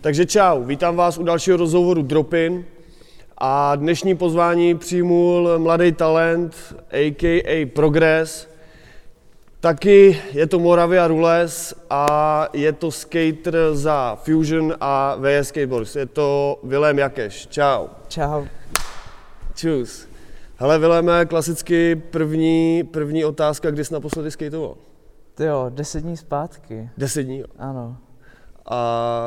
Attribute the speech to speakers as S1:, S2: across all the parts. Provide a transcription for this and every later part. S1: Takže čau, vítám vás u dalšího rozhovoru Dropin. A dnešní pozvání přijmul mladý talent, a.k.a. Progress. Taky je to Moravia Rules a je to skater za Fusion a VS Skateboards. Je to Vilém Jakeš. Čau.
S2: Čau.
S1: Čus. Hele, Viléme, klasicky první, první otázka, kdy jsi naposledy skateoval?
S2: Ty jo, deset dní zpátky.
S1: Deset dní, jo.
S2: Ano.
S1: A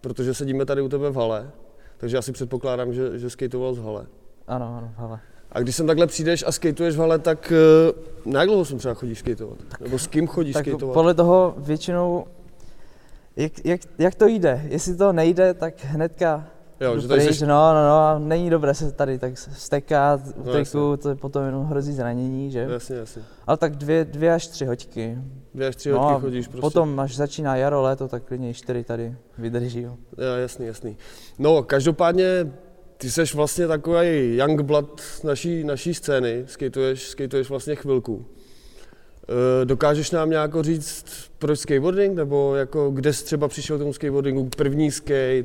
S1: protože sedíme tady u tebe v hale, takže asi předpokládám, že, že skateoval z hale.
S2: Ano, ano, hele.
S1: A když sem takhle přijdeš a skateuješ v hale, tak eh, na jak dlouho sem třeba chodíš skateovat? Nebo s kým chodíš
S2: Tak
S1: skateovat?
S2: podle toho většinou, jak, jak, jak to jde? Jestli to nejde, tak hnedka
S1: jo,
S2: jdu
S1: že tady
S2: pryč,
S1: jsi, No,
S2: no, no, no, a není dobré se tady tak stekat, uteku,
S1: jasně.
S2: to je potom jenom hrozí zranění, že?
S1: jasně, jasně.
S2: Ale tak dvě, dvě až tři hoďky.
S1: Dvě až tři
S2: No
S1: hodky
S2: a
S1: chodíš prostě.
S2: Potom, až začíná jaro, léto, tak klidně i čtyři tady vydrží. Jo.
S1: Jo, jasný, jasný. No, každopádně ty seš vlastně takový youngblood naší, naší scény, skateuješ, skateuješ vlastně chvilku. E, dokážeš nám nějak říct, proč skateboarding, nebo jako kde jsi třeba přišel k tomu skateboardingu, první skate, e,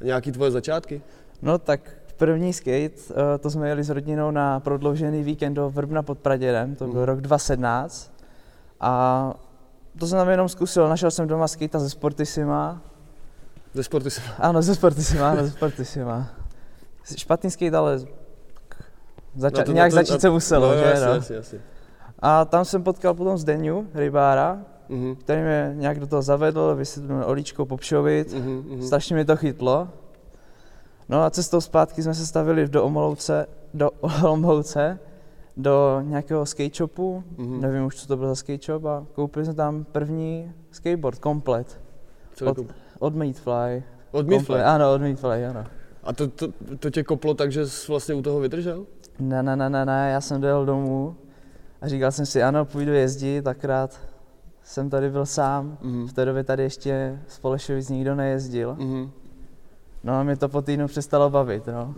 S1: nějaký tvoje začátky?
S2: No tak první skate, eh, to jsme jeli s rodinou na prodloužený víkend do Vrbna pod Pradědem, to byl
S1: Mhm.
S2: rok 2017. A to jsem tam jenom zkusil, našel jsem doma skate ze Sportisima.
S1: Ze sporty se...
S2: Ano, ze Sportisima, ano, ze Sportisima. Špatný skate, ale zača-
S1: na No to- na
S2: nějak
S1: to- na-
S2: začít se muselo,
S1: no,
S2: že?
S1: Jasně,
S2: no.
S1: jasně, jasně.
S2: A tam jsem potkal potom Zdeňu, rybára,
S1: Mhm,
S2: který mě nějak do toho zavedl, vysvětlil olíčko popšovit.
S1: mhm, mhm.
S2: Strašně mi to chytlo. No a cestou zpátky jsme se stavili do Olomouce, do Olomouce, do nějakého skate shopu,
S1: Mhm.
S2: nevím už, co to byl za skate shop, a koupili jsme tam první skateboard, komplet,
S1: Co je to?
S2: od Meatfly.
S1: Od
S2: Komplet,
S1: Meatfly.
S2: Ano, od Meatfly, ano.
S1: A to, to, to tě koplo tak, že jsi vlastně u toho vydržel?
S2: Ne, ne, ne, ne, ne, já jsem dojel domů a říkal jsem si, ano, půjdu jezdit, akorát jsem tady byl sám.
S1: Mhm.
S2: V té době tady ještě z Polešovic nikdo nejezdil.
S1: Mhm.
S2: No a mě to po týdnu přestalo bavit, no.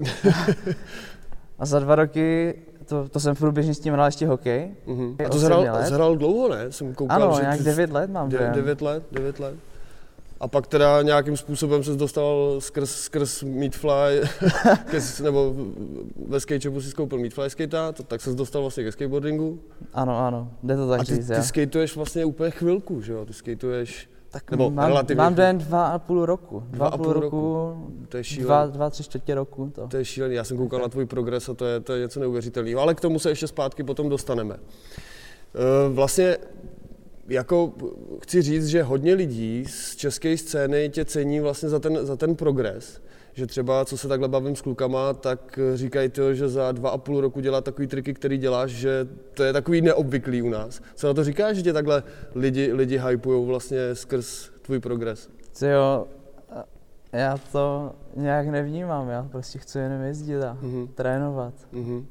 S2: a za dva roky, to, to jsem průběžně s tím hrál ještě hokej.
S1: Mhm.
S2: Je
S1: A to
S2: osm
S1: zhrál,
S2: let.
S1: zhrál dlouho, ne? Jsem koukal,
S2: ano,
S1: že
S2: nějak
S1: ty-
S2: 9 let mám.
S1: De-
S2: dojem.
S1: devět let, devět let. A pak teda nějakým způsobem se dostal skrz, skrz Meatfly, ke, s- nebo ve skateshopu si skoupil Meatfly skate, to, tak se dostal vlastně ke skateboardingu.
S2: Ano, ano, jde to tak
S1: a ty,
S2: říct, jo.
S1: ty skateuješ vlastně úplně chvilku, že jo? Ty skateuješ,
S2: tak
S1: nebo
S2: mám,
S1: relativně
S2: mám
S1: chvíli.
S2: den dva a půl roku. Dva, a půl roku,
S1: to je
S2: dva,
S1: šílený.
S2: dva, tři čtvrtě roku. To.
S1: To je šílený, já jsem koukal na tvůj progres a to je, to je něco neuvěřitelného, ale k tomu se ještě zpátky potom dostaneme. Eh, Vlastně jako chci říct, že hodně lidí z české scény tě cení vlastně za ten, za ten progres. Že třeba, co se takhle bavím s klukama, tak eh, říkají to, že za dva a půl roku dělá takový triky, který děláš, že to je takový neobvyklý u nás. Co na to říkáš, že tě takhle lidi, lidi hypujou vlastně skrz tvůj progres?
S2: Ty jo, já to nějak nevnímám, já prostě chci jenom jezdit a
S1: Mhm,
S2: trénovat.
S1: mhm.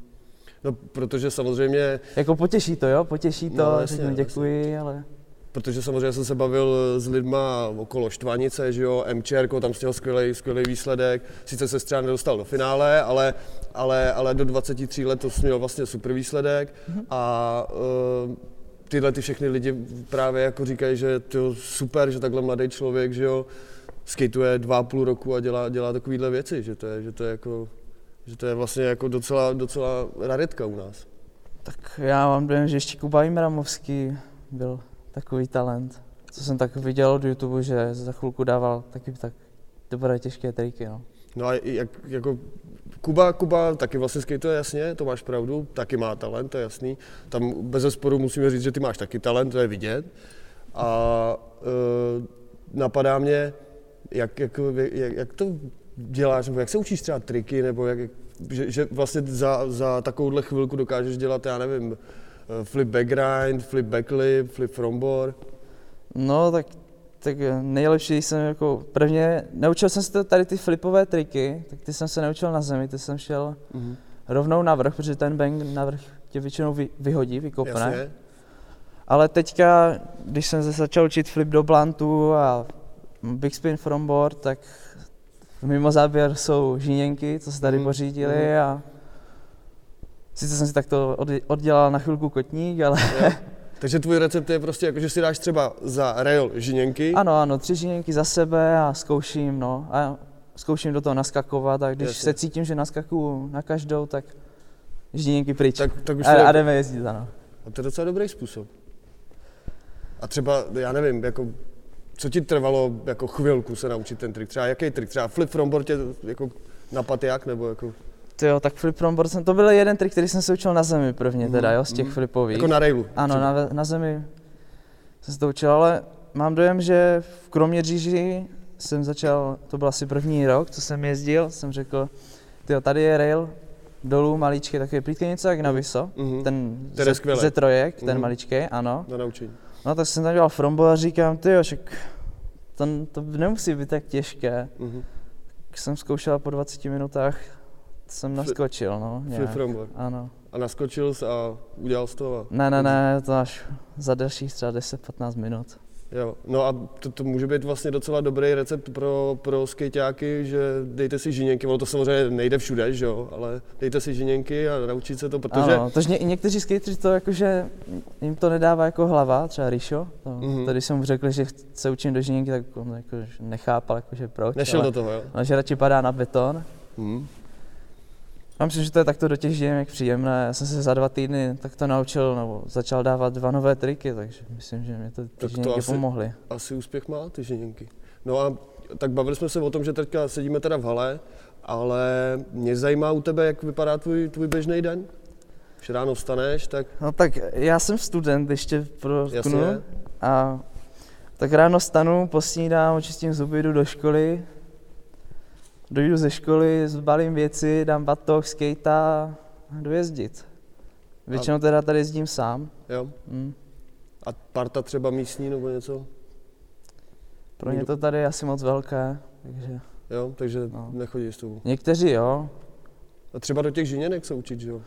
S1: No, protože samozřejmě
S2: Jako potěší to, jo, potěší to,
S1: No,
S2: no,
S1: jasně, jasně.
S2: děkuji, ale...
S1: Protože samozřejmě jsem se bavil s lidma okolo Štvanice, že jo, MČR, tam z toho skvělý, skvělý výsledek. Sice se třeba nedostal do finále, ale, ale, ale do 23 let to měl vlastně super výsledek. A uh, tyhle ty všechny lidi právě jako říkají, že to super, že takhle mladý člověk, že jo, skateuje dva a půl roku a dělá, dělá takovéhle věci, že to je, že to je jako že to je vlastně jako docela, docela raritka u nás.
S2: Tak já mám dojem, že ještě Kuba Imramovský byl takový talent. Co jsem tak viděl od YouTube, že za chvilku dával taky tak dobré těžké triky, no.
S1: No a jak, jako Kuba, Kuba taky vlastně skateuje, jasně, to máš pravdu, taky má talent, to je jasný. Tam bez zesporu musíme říct, že ty máš taky talent, to je vidět. A e, napadá mě, jak, jak, jak, jak to děláš, nebo jak se učíš třeba triky, nebo jak, jak- že, že vlastně za, za takovouhle chvilku dokážeš dělat, já nevím, eh, flip backgrind, flip backlip, flip frontboard.
S2: No tak, tak nejlepší jsem jako prvně, naučil jsem se to- tady ty flipové triky, tak ty jsem se naučil na zemi, ty jsem šel
S1: Mhm.
S2: rovnou na vrch, protože ten bang na vrch tě většinou vy, vyhodí, vykopne.
S1: Jasně.
S2: Ale teďka, když jsem se začal učit flip do blantu a big spin from board, tak mimo záběr jsou žíněnky, co se tady
S1: Mhm,
S2: pořídili
S1: mhm.
S2: a sice jsem si takto odj- oddělal na chvilku kotník, ale
S1: Jo. Takže tvůj recept je prostě jako, že si dáš třeba za rail žiněnky.
S2: Ano, ano, tři žiněnky za sebe a zkouším, no. A zkouším do toho naskakovat a když
S1: Jasně.
S2: Jasně. se cítím, že naskakuju na každou, tak žiněnky pryč. Tak
S1: Tak, tak už
S2: a,
S1: to je-
S2: a jdeme jezdit, ano.
S1: A to je docela dobrý způsob. A třeba, já nevím, jako, co ti trvalo jako chvilku se naučit ten trik? Třeba jaký trik? Třeba flip from board tě jako napad jak? Nebo jako,
S2: Ty jo, tak flip romboard jsem, to byl jeden trik, který jsem se učil na zemi prvně teda, jo, z těch flipových.
S1: jako na railu?
S2: Ano,
S1: třeba.
S2: na, ve- na zemi jsem se to učil, ale mám dojem, že v Kroměříži jsem začal, to byl asi první rok, co jsem jezdil, jsem řekl, tyjo, tady je rail, dolů maličký, takový plítký něco jak na Viso,
S1: Mhm.
S2: ten
S1: To je skvělé.
S2: Z, Z3, ten
S1: Mhm.
S2: maličký, ano.
S1: Na naučení.
S2: No tak jsem tam dělal frombo a říkám, tyjo, však to, to nemusí být tak těžké.
S1: Mhm.
S2: Tak jsem zkoušel a po 20 minutách jsem naskočil, no.
S1: Flip
S2: nějak.
S1: from board.
S2: Ano.
S1: A naskočil jsi a udělal jsi to a...
S2: Ne, ne,
S1: Mhm.
S2: ne, to až za dalších třeba 10-15 minut.
S1: Jo, no a to, to může být vlastně docela dobrý recept pro, pro skejťáky, že dejte si žiněnky, ono to samozřejmě nejde všude, že jo, ale dejte si žiněnky a naučit se to, protože...
S2: Ano, tož ně, někteří skateři to jakože, jim to nedává jako hlava, třeba Rišo, to,
S1: Mhm.
S2: mm-hmm. tady jsem mu řekl, že chc- se učím do žiněnky, tak on jako nechápal, jakože proč,
S1: Nešel
S2: ale,
S1: do toho, jo?
S2: ale že radši padá na beton.
S1: Mhm.
S2: Já myslím, že to je takto do těch žijenek příjemné, já jsem se za dva týdny tak to naučil, nebo začal dávat dva nové triky, takže myslím, že mě to ty
S1: to
S2: žijenky
S1: asi-
S2: pomohly.
S1: Asi úspěch má ty žiněnky. No a tak bavili jsme se o tom, že teďka sedíme teda v hale, ale mě zajímá u tebe, jak vypadá tvůj, tvůj běžný den. Když ráno vstaneš, tak
S2: No tak já jsem student ještě pro
S1: jasně.
S2: A tak ráno stanu, posnídám, očistím zuby, jdu do školy. Dojdu ze školy, zbalím věci, dám batok, skejta a jdu jezdit. Většinou teda tady jezdím sám.
S1: Jo.
S2: Mm.
S1: A parta třeba místní nebo něco?
S2: Pro ně to tady je asi moc velké, takže...
S1: Jo, takže no.
S2: No.
S1: nechodíš s tobou.
S2: Někteří jo,
S1: A třeba do těch žiněnek se učit, že jo?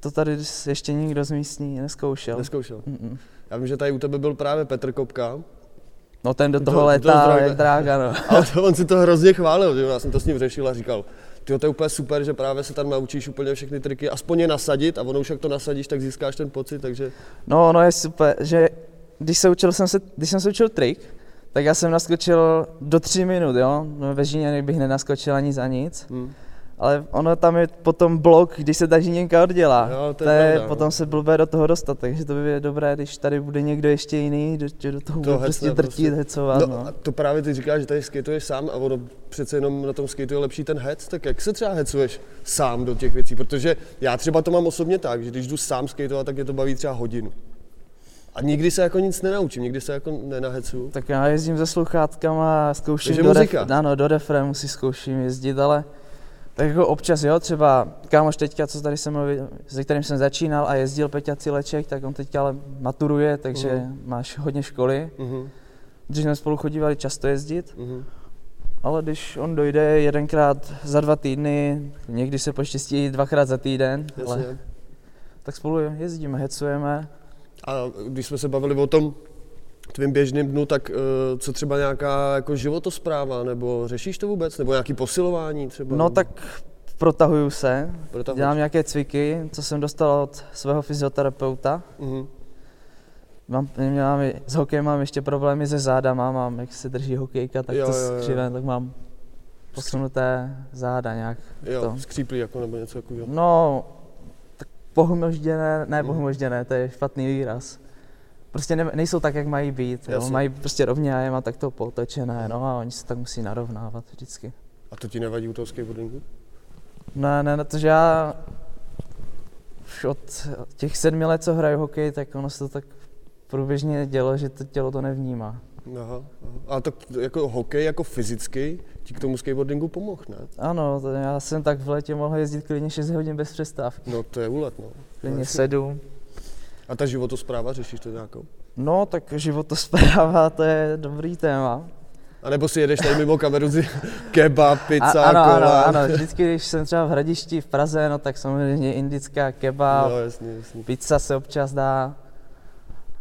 S2: to tady s- ještě nikdo z místní neskoušel.
S1: Neskoušel.
S2: Mm-mm.
S1: Já vím, že tady u tebe byl právě Petr Kopka,
S2: No ten do
S1: To-
S2: toho
S1: to
S2: létá,
S1: zdravíme.
S2: jak drága, no.
S1: ale to, on si to hrozně chválil, že jo? já jsem to s ním řešil a říkal, ty to je úplně super, že právě se tam naučíš úplně všechny triky, aspoň je nasadit a ono už jak to nasadíš, tak získáš ten pocit, takže
S2: No, ono je super, že když, se učil jsem se, když jsem se učil trik, tak já jsem naskočil do tří minut, jo. No, ve Žíně bych nenaskočil ani za nic,
S1: hm,
S2: ale ono tam je potom blok, když se ta Žíněnka oddělá.
S1: Jo, to je
S2: to je
S1: pravda, no.
S2: potom se blbé do toho dostat, takže to by bylo dobré, když tady bude někdo ještě jiný, do, že do
S1: To
S2: toho bude
S1: hecne
S2: prostě
S1: prostě.
S2: drtit, hecovat,
S1: No,
S2: no.
S1: a to právě ty říkáš, že tady skateuješ sám a ono přece jenom na tom skateu je lepší ten hec, tak jak se třeba hecuješ sám do těch věcí? Protože já třeba to mám osobně tak, že když jdu sám skateovat, tak je to baví třeba hodinu. A nikdy se jako nic nenaučím, nikdy se jako nenahecuju.
S2: Tak já jezdím se sluchátkama, zkouším
S1: Takže
S2: do,
S1: muzika.
S2: ref, ano, do refrému si zkouším jezdit, ale tak jako občas, jo, třeba kámoš teďka, co tady jsem mluvil, se kterým jsem začínal a jezdil Peťa Cileček, tak on teďka ale maturuje, takže
S1: Mhm.
S2: máš hodně školy.
S1: Mhm,
S2: Dřív jsme spolu chodívali často jezdit,
S1: mhm.
S2: ale když on dojde jedenkrát za dva týdny, někdy se poštěstí i dvakrát za týden, ale,
S1: Jasně.
S2: tak spolu jezdíme, hecujeme.
S1: A když jsme se bavili o tom tvým běžným dnu, tak eh, co třeba nějaká jako životospráva, nebo řešíš to vůbec, nebo nějaký posilování třeba?
S2: No tak protahuju se,
S1: Proto
S2: dělám nějaké cviky, co jsem dostal od svého fyzioterapeuta.
S1: Mhm.
S2: Mám, mám, s hokejem mám ještě problémy se zádama, mám, jak se drží hokejka, tak
S1: Jo,
S2: jo, to
S1: jo, jo.
S2: skřiven, tak mám posunuté záda nějak.
S1: Jo,
S2: To.
S1: skříplý jako nebo něco takového.
S2: No, tak pohumožděné, ne
S1: Mhm.
S2: pohumožděné, to je špatný výraz. Prostě ne, nejsou tak, jak mají být, jo.
S1: Jasně.
S2: mají prostě rovně a je má takto potočené, no a oni se tak musí narovnávat vždycky.
S1: A to ti nevadí u toho skateboardingu?
S2: Ne, ne, ne, to, že já už od těch sedmi let, co hraju hokej, tak ono se to tak průběžně dělo, že to tělo to nevnímá.
S1: Aha, aha. A tak jako hokej, jako fyzicky, ti k tomu skateboardingu pomohl, ne?
S2: Ano, to já jsem tak v létě mohl jezdit klidně 6 hodin bez přestávky,
S1: No to je úlet, no.
S2: klidně
S1: Jasně.
S2: 7.
S1: A ta životospráva, řešíš to nějakou?
S2: No, tak životospráva, to je dobrý téma.
S1: A nebo si jedeš tady mimo kameru si kebab, pizza,
S2: ano, ano,
S1: kola?
S2: ano, vždycky, když jsem třeba v Hradišti v Praze, no tak samozřejmě indická kebab,
S1: No, jasně, jasně.
S2: pizza se občas dá.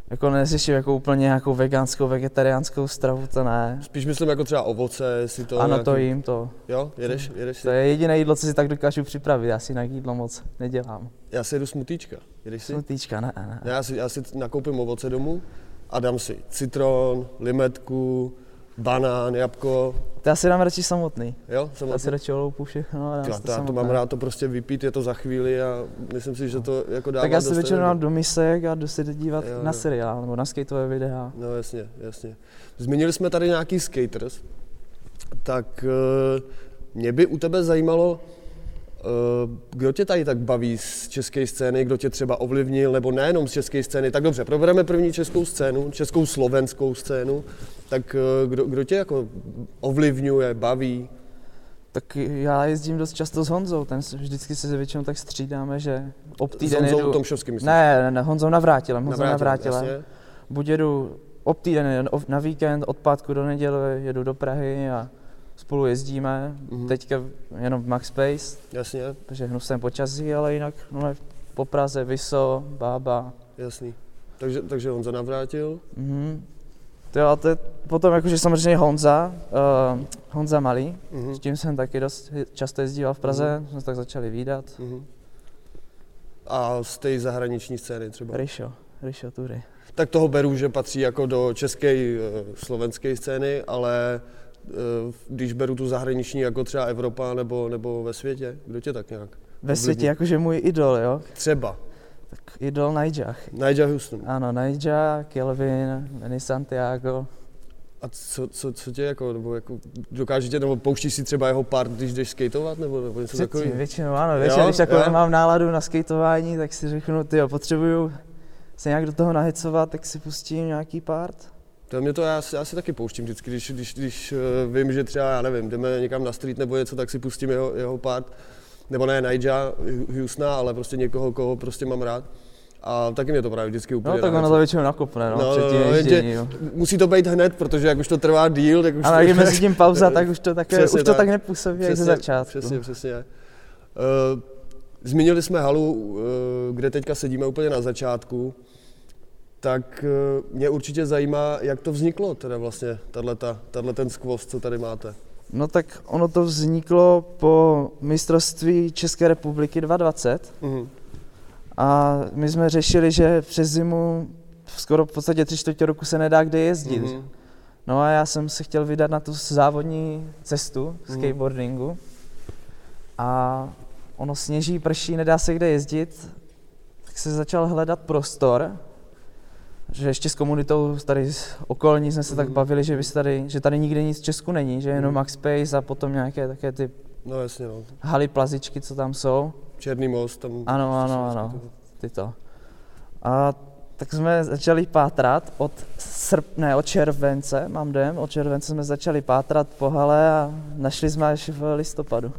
S2: Jako neřeším jako úplně nějakou veganskou, vegetariánskou stravu, to ne.
S1: Spíš myslím jako třeba ovoce, si to...
S2: ano,
S1: nějaký-
S2: to jím to.
S1: Jo, jedeš, jedeš si.
S2: To je jediné jídlo, co si tak dokážu připravit, já si na jídlo moc nedělám.
S1: Já si jedu smutíčka. Jedeš si?
S2: Smutýčka, ne, ne.
S1: Ne, já si, já si nakoupím ovoce domů a dám si citron, limetku, banán, jabko,
S2: To já si dám radši samotný.
S1: jo? Jsem
S2: Já si radši oloupu všechno a dám
S1: já,
S2: si
S1: to, já to
S2: samotné.
S1: mám rád, to prostě vypít, je to za chvíli a myslím si, že to jako dává
S2: Tak já si
S1: dost
S2: večer
S1: energie.
S2: dám do misek a jdu se dívat
S1: Jo,
S2: na
S1: jo.
S2: seriál nebo na skateové videa.
S1: No jasně, jasně. Zmínili jsme tady nějaký skaters, tak eh, mě by u tebe zajímalo, eh, kdo tě tady tak baví z české scény, kdo tě třeba ovlivnil, nebo nejenom z české scény. Tak dobře, probereme první českou scénu, českou slovenskou scénu. Tak eh, kdo, kdo tě jako ovlivňuje, baví?
S2: Tak já jezdím dost často s Honzou, ten s- vždycky se většinou tak střídáme, že ob
S1: S
S2: týden
S1: Honzou
S2: jedu...
S1: Tomšovským, myslím.
S2: ne, ne, ne, Honzou Navrátilem, Honzou
S1: Navrátilem,
S2: Navrátilem.
S1: jasně.
S2: Buď jedu ob týden jen ov- na víkend, od pátku do neděle jedu do Prahy a spolu jezdíme.
S1: Mhm.
S2: Mm-hmm. Teďka jenom v Max Space,
S1: Jasně,
S2: protože hnu sem počasí, ale jinak no, ne, po Praze, Vyso, Bába.
S1: jasný. Takže, takže Honza navrátil.
S2: Mhm. To jo, a to je potom jakože samozřejmě Honza, uh, Honza Malý,
S1: Mhm.
S2: s tím jsem taky dost je- často jezdíval v Praze, jsme se tak začali výdat.
S1: Mhm. A z té zahraniční scény třeba.
S2: Rišo, Rišo Tury.
S1: Tak toho beru, že patří jako do české, slovenské scény, ale eh, když beru tu zahraniční, jako třeba Evropa nebo, nebo ve světě, kdo tě tak nějak?
S2: Ve světě jakože můj idol, jo?
S1: Třeba
S2: Tak idol Najah.
S1: Nigel Houston.
S2: Ano, Najah, Kelvin, Manny Santiago.
S1: A co, co, co tě jako, nebo jako dokáže tě, nebo pouštíš si třeba jeho part, když jdeš skateovat, nebo, nebo něco
S2: Předtím,
S1: takového?
S2: většinou ano, víš,
S1: Jo,
S2: já když jako
S1: jo.
S2: nemám náladu na skateování, tak si řeknu, ty jo, potřebuju se nějak do toho nahecovat, tak si pustím nějaký part.
S1: To mě to já, si- já si taky pouštím vždycky, když, když, když eh, vím, že třeba, já nevím, jdeme někam na street nebo něco, tak si pustím jeho, jeho part, nebo ne Nigela Houstona, ale prostě někoho, koho prostě mám rád. A taky mě to právě vždycky úplně
S2: No tak ono
S1: nahece.
S2: to většinou nakopne, no,
S1: No, no,
S2: předtím
S1: no,
S2: no,
S1: jenže-
S2: ježdění, jo.
S1: Musí to být hned, protože jak už to trvá díl, tak už
S2: Ale
S1: to...
S2: jak je mezi tím pauza, tak už to, tak, už
S1: Přesně
S2: to tak
S1: tak.
S2: nepůsobí jak ze
S1: Přesně,
S2: začátku.
S1: Přesně, přesně. Uh, zmínili jsme halu, uh, kde teďka sedíme úplně na začátku, tak uh, mě určitě zajímá, jak to vzniklo teda vlastně, tato, tato ten skvost, co tady máte.
S2: No tak ono to vzniklo po mistrovství České republiky 2020
S1: Mhm.
S2: a my jsme řešili, že přes zimu skoro v podstatě tři čtvrtě roku se nedá kde jezdit. Mm-hmm.
S1: Mhm.
S2: No a já jsem se chtěl vydat na tu závodní cestu
S1: Mhm.
S2: skateboardingu a ono sněží, prší, nedá se kde jezdit, tak se začal hledat prostor, že ještě s komunitou tady s- okolní jsme se tak
S1: Mhm.
S2: bavili, že, by se tady, že tady nikde nic v Česku není, že jenom
S1: Mhm.
S2: Max Space a potom nějaké také ty
S1: No jasně, no.
S2: haly plazičky, co tam jsou,
S1: Černý most tam. prostě
S2: Ano, ano, ano. tyto. A tak jsme začali pátrat od srpne, od července, mám dojem, od července jsme začali pátrat po hale a našli jsme až v listopadu.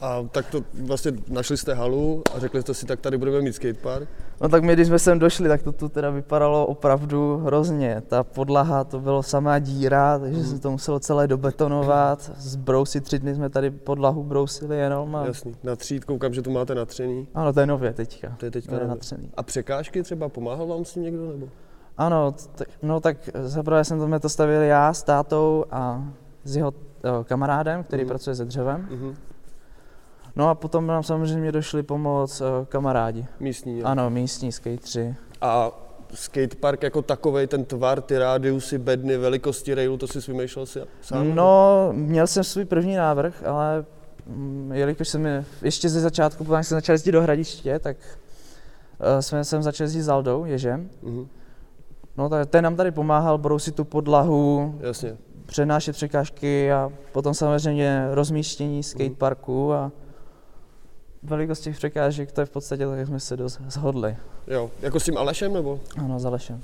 S1: A tak to vlastně našli jste halu a řekli jste si, tak tady budeme mít skatepark.
S2: No tak my, když jsme sem došli, tak to tu teda vypadalo opravdu hrozně. Ta podlaha, to bylo samá díra, takže
S1: Mhm.
S2: se to muselo celé dobetonovat, zbrousit, tři dny jsme tady podlahu brousili jenom a...
S1: Jasný. Na třít, koukám, že tu máte natřený.
S2: Ano, to je nově teďka.
S1: To je teďka
S2: To je
S1: nové.
S2: natřený.
S1: A překážky třeba pomáhal vám s tím někdo? Nebo?
S2: Ano, t- no tak zaprvé jsem to, jsme to stavil já s tátou a s jeho eh, kamarádem, který
S1: Mhm.
S2: pracuje se dřevem.
S1: Mhm.
S2: No a potom nám samozřejmě došli pomoc eh, kamarádi.
S1: Místní. jo.
S2: Ano, místní skateři.
S1: A skatepark jako takový, ten tvar, ty rádiusy, bedny, velikosti railu, to si vymýšlel si sám?
S2: No, měl jsem svůj první návrh, ale mm, jelikož jsem je- ještě ze začátku, potom jak jsem začal jezdit do Hradiště, tak eh, jsme jsem začal jezdit s Aldou, Ježem.
S1: Mhm.
S2: No tak ten nám tady pomáhal brousit tu podlahu,
S1: Jasně.
S2: přenášet překážky a potom samozřejmě rozmístění
S1: Mhm.
S2: skateparku a velikost těch překážek, to je v podstatě tak, jak jsme se dost shodli.
S1: Jo. Jako s tím Alešem nebo?
S2: Ano, za Lešem.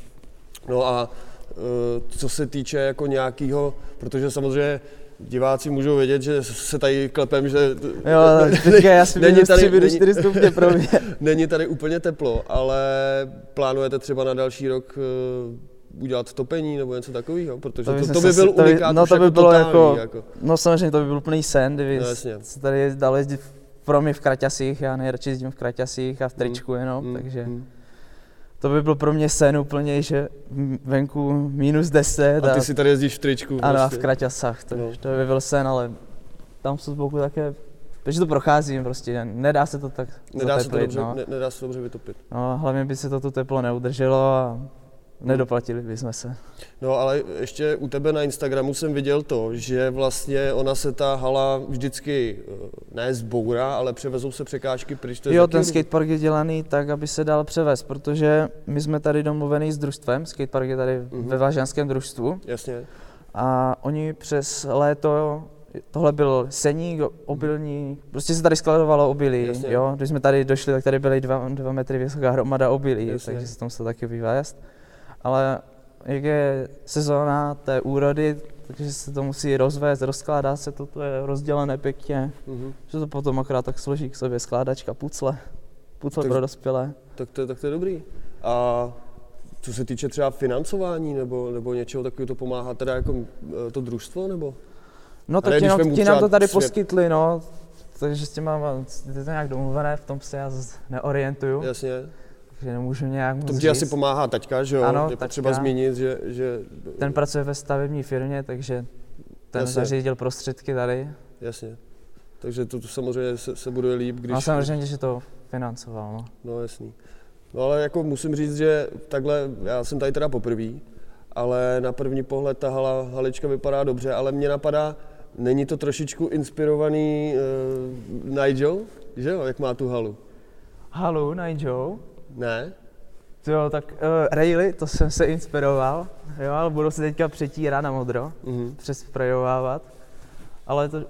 S1: No a eh, co se týče jako nějakého, protože samozřejmě diváci můžou vědět, že se tady klepem, že
S2: Jo, teďka já si
S1: není
S2: vidím
S1: tady-
S2: tady,
S1: není-
S2: 4 stupně pro mě.
S1: není tady úplně teplo, ale plánujete třeba na další rok eh, udělat topení nebo něco takového, protože
S2: To
S1: to, to,
S2: bychom
S1: by
S2: se-
S1: byl
S2: to by-
S1: unikát
S2: no
S1: už
S2: to by
S1: jako
S2: bylo
S1: totální,
S2: jako- No samozřejmě to by byl úplný sen, kdyby
S1: No,
S2: no,
S1: jasně.
S2: se tady jezd- dalo jezdit v- pro mě v kraťasích, já nejradši jezdím v kraťasích a v tričku jenom,
S1: Mm,
S2: no, takže
S1: mm.
S2: to by byl pro mě sen úplně, že m- venku minus 10
S1: A ty si tady jezdíš v tričku.
S2: ano, a
S1: prostě.
S2: v kraťasách, to,
S1: No.
S2: to by byl sen, ale tam jsou z boku také, takže to procházím prostě, nedá se to tak
S1: Nedá se, to
S2: zateplit,
S1: dobře,
S2: no.
S1: ne, nedá se to dobře vytopit.
S2: no. hlavně by se to tu teplo neudrželo a nedoplatili bychom se.
S1: No ale ještě u tebe na Instagramu jsem viděl to, že vlastně ona se ta hala vždycky eh, ne zbourá, ale převezou se překážky pryč. To je
S2: Jo,
S1: taky-
S2: ten skatepark je dělaný tak, aby se dal převést, protože my jsme tady domluvený s družstvem, skatepark je tady
S1: Mhm.
S2: ve Vážanském družstvu
S1: Jasně.
S2: a oni přes léto, tohle byl seník, obilní, prostě se tady skladovalo obilí,
S1: Jasně.
S2: jo, když jsme tady došli, tak tady byly dva, dva metry vysoká hromada obilí,
S1: Jasně.
S2: takže se tam se taky vyvést, ale jak je sezóna té úrody, takže se to musí rozvést, rozkládá se to, to je rozdělené pěkně.
S1: Mhm.
S2: Že to potom akorát tak složí k sobě skládačka, pucle. Pucle
S1: Tak-
S2: pro dospělé.
S1: Tak to, je- tak to je dobrý. A co se týče třeba financování nebo, nebo něčeho takového, to pomáhá teda jako eh, to družstvo nebo?
S2: No
S1: Ale
S2: tak ti,
S1: když
S2: nám,
S1: vemu
S2: ti nám to
S1: třeba
S2: tady
S1: svět-
S2: poskytli, no. Takže s tím mám, je to nějak domluvené, v tom se já zase neorientuju,
S1: Jasně.
S2: takže nemůžu nějak
S1: To
S2: moc
S1: ti asi
S2: říct.
S1: pomáhá taťka, že jo?
S2: Ano,
S1: je potřeba
S2: taťka.
S1: zmínit, že, že
S2: Ten pracuje ve stavební firmě, takže ten
S1: Jasně.
S2: zařídil prostředky tady.
S1: jasně. Takže to, to samozřejmě se, se bude líp, když...
S2: Když... A No, samozřejmě, že to financoval, no.
S1: No jasný. No ale jako musím říct, že takhle, já jsem tady teda poprvé, ale na první pohled ta hala, halička vypadá dobře, ale mě napadá, není to trošičku inspirovaný uh, Nigel, že jo, jak má tu halu?
S2: Halu, Nigel.
S1: Ne?
S2: Jo, tak uh, Rayleigh, to jsem se inspiroval, jo, ale budu se teďka přetírat na modro.
S1: Mhm.
S2: přesprejovávat. Ale to,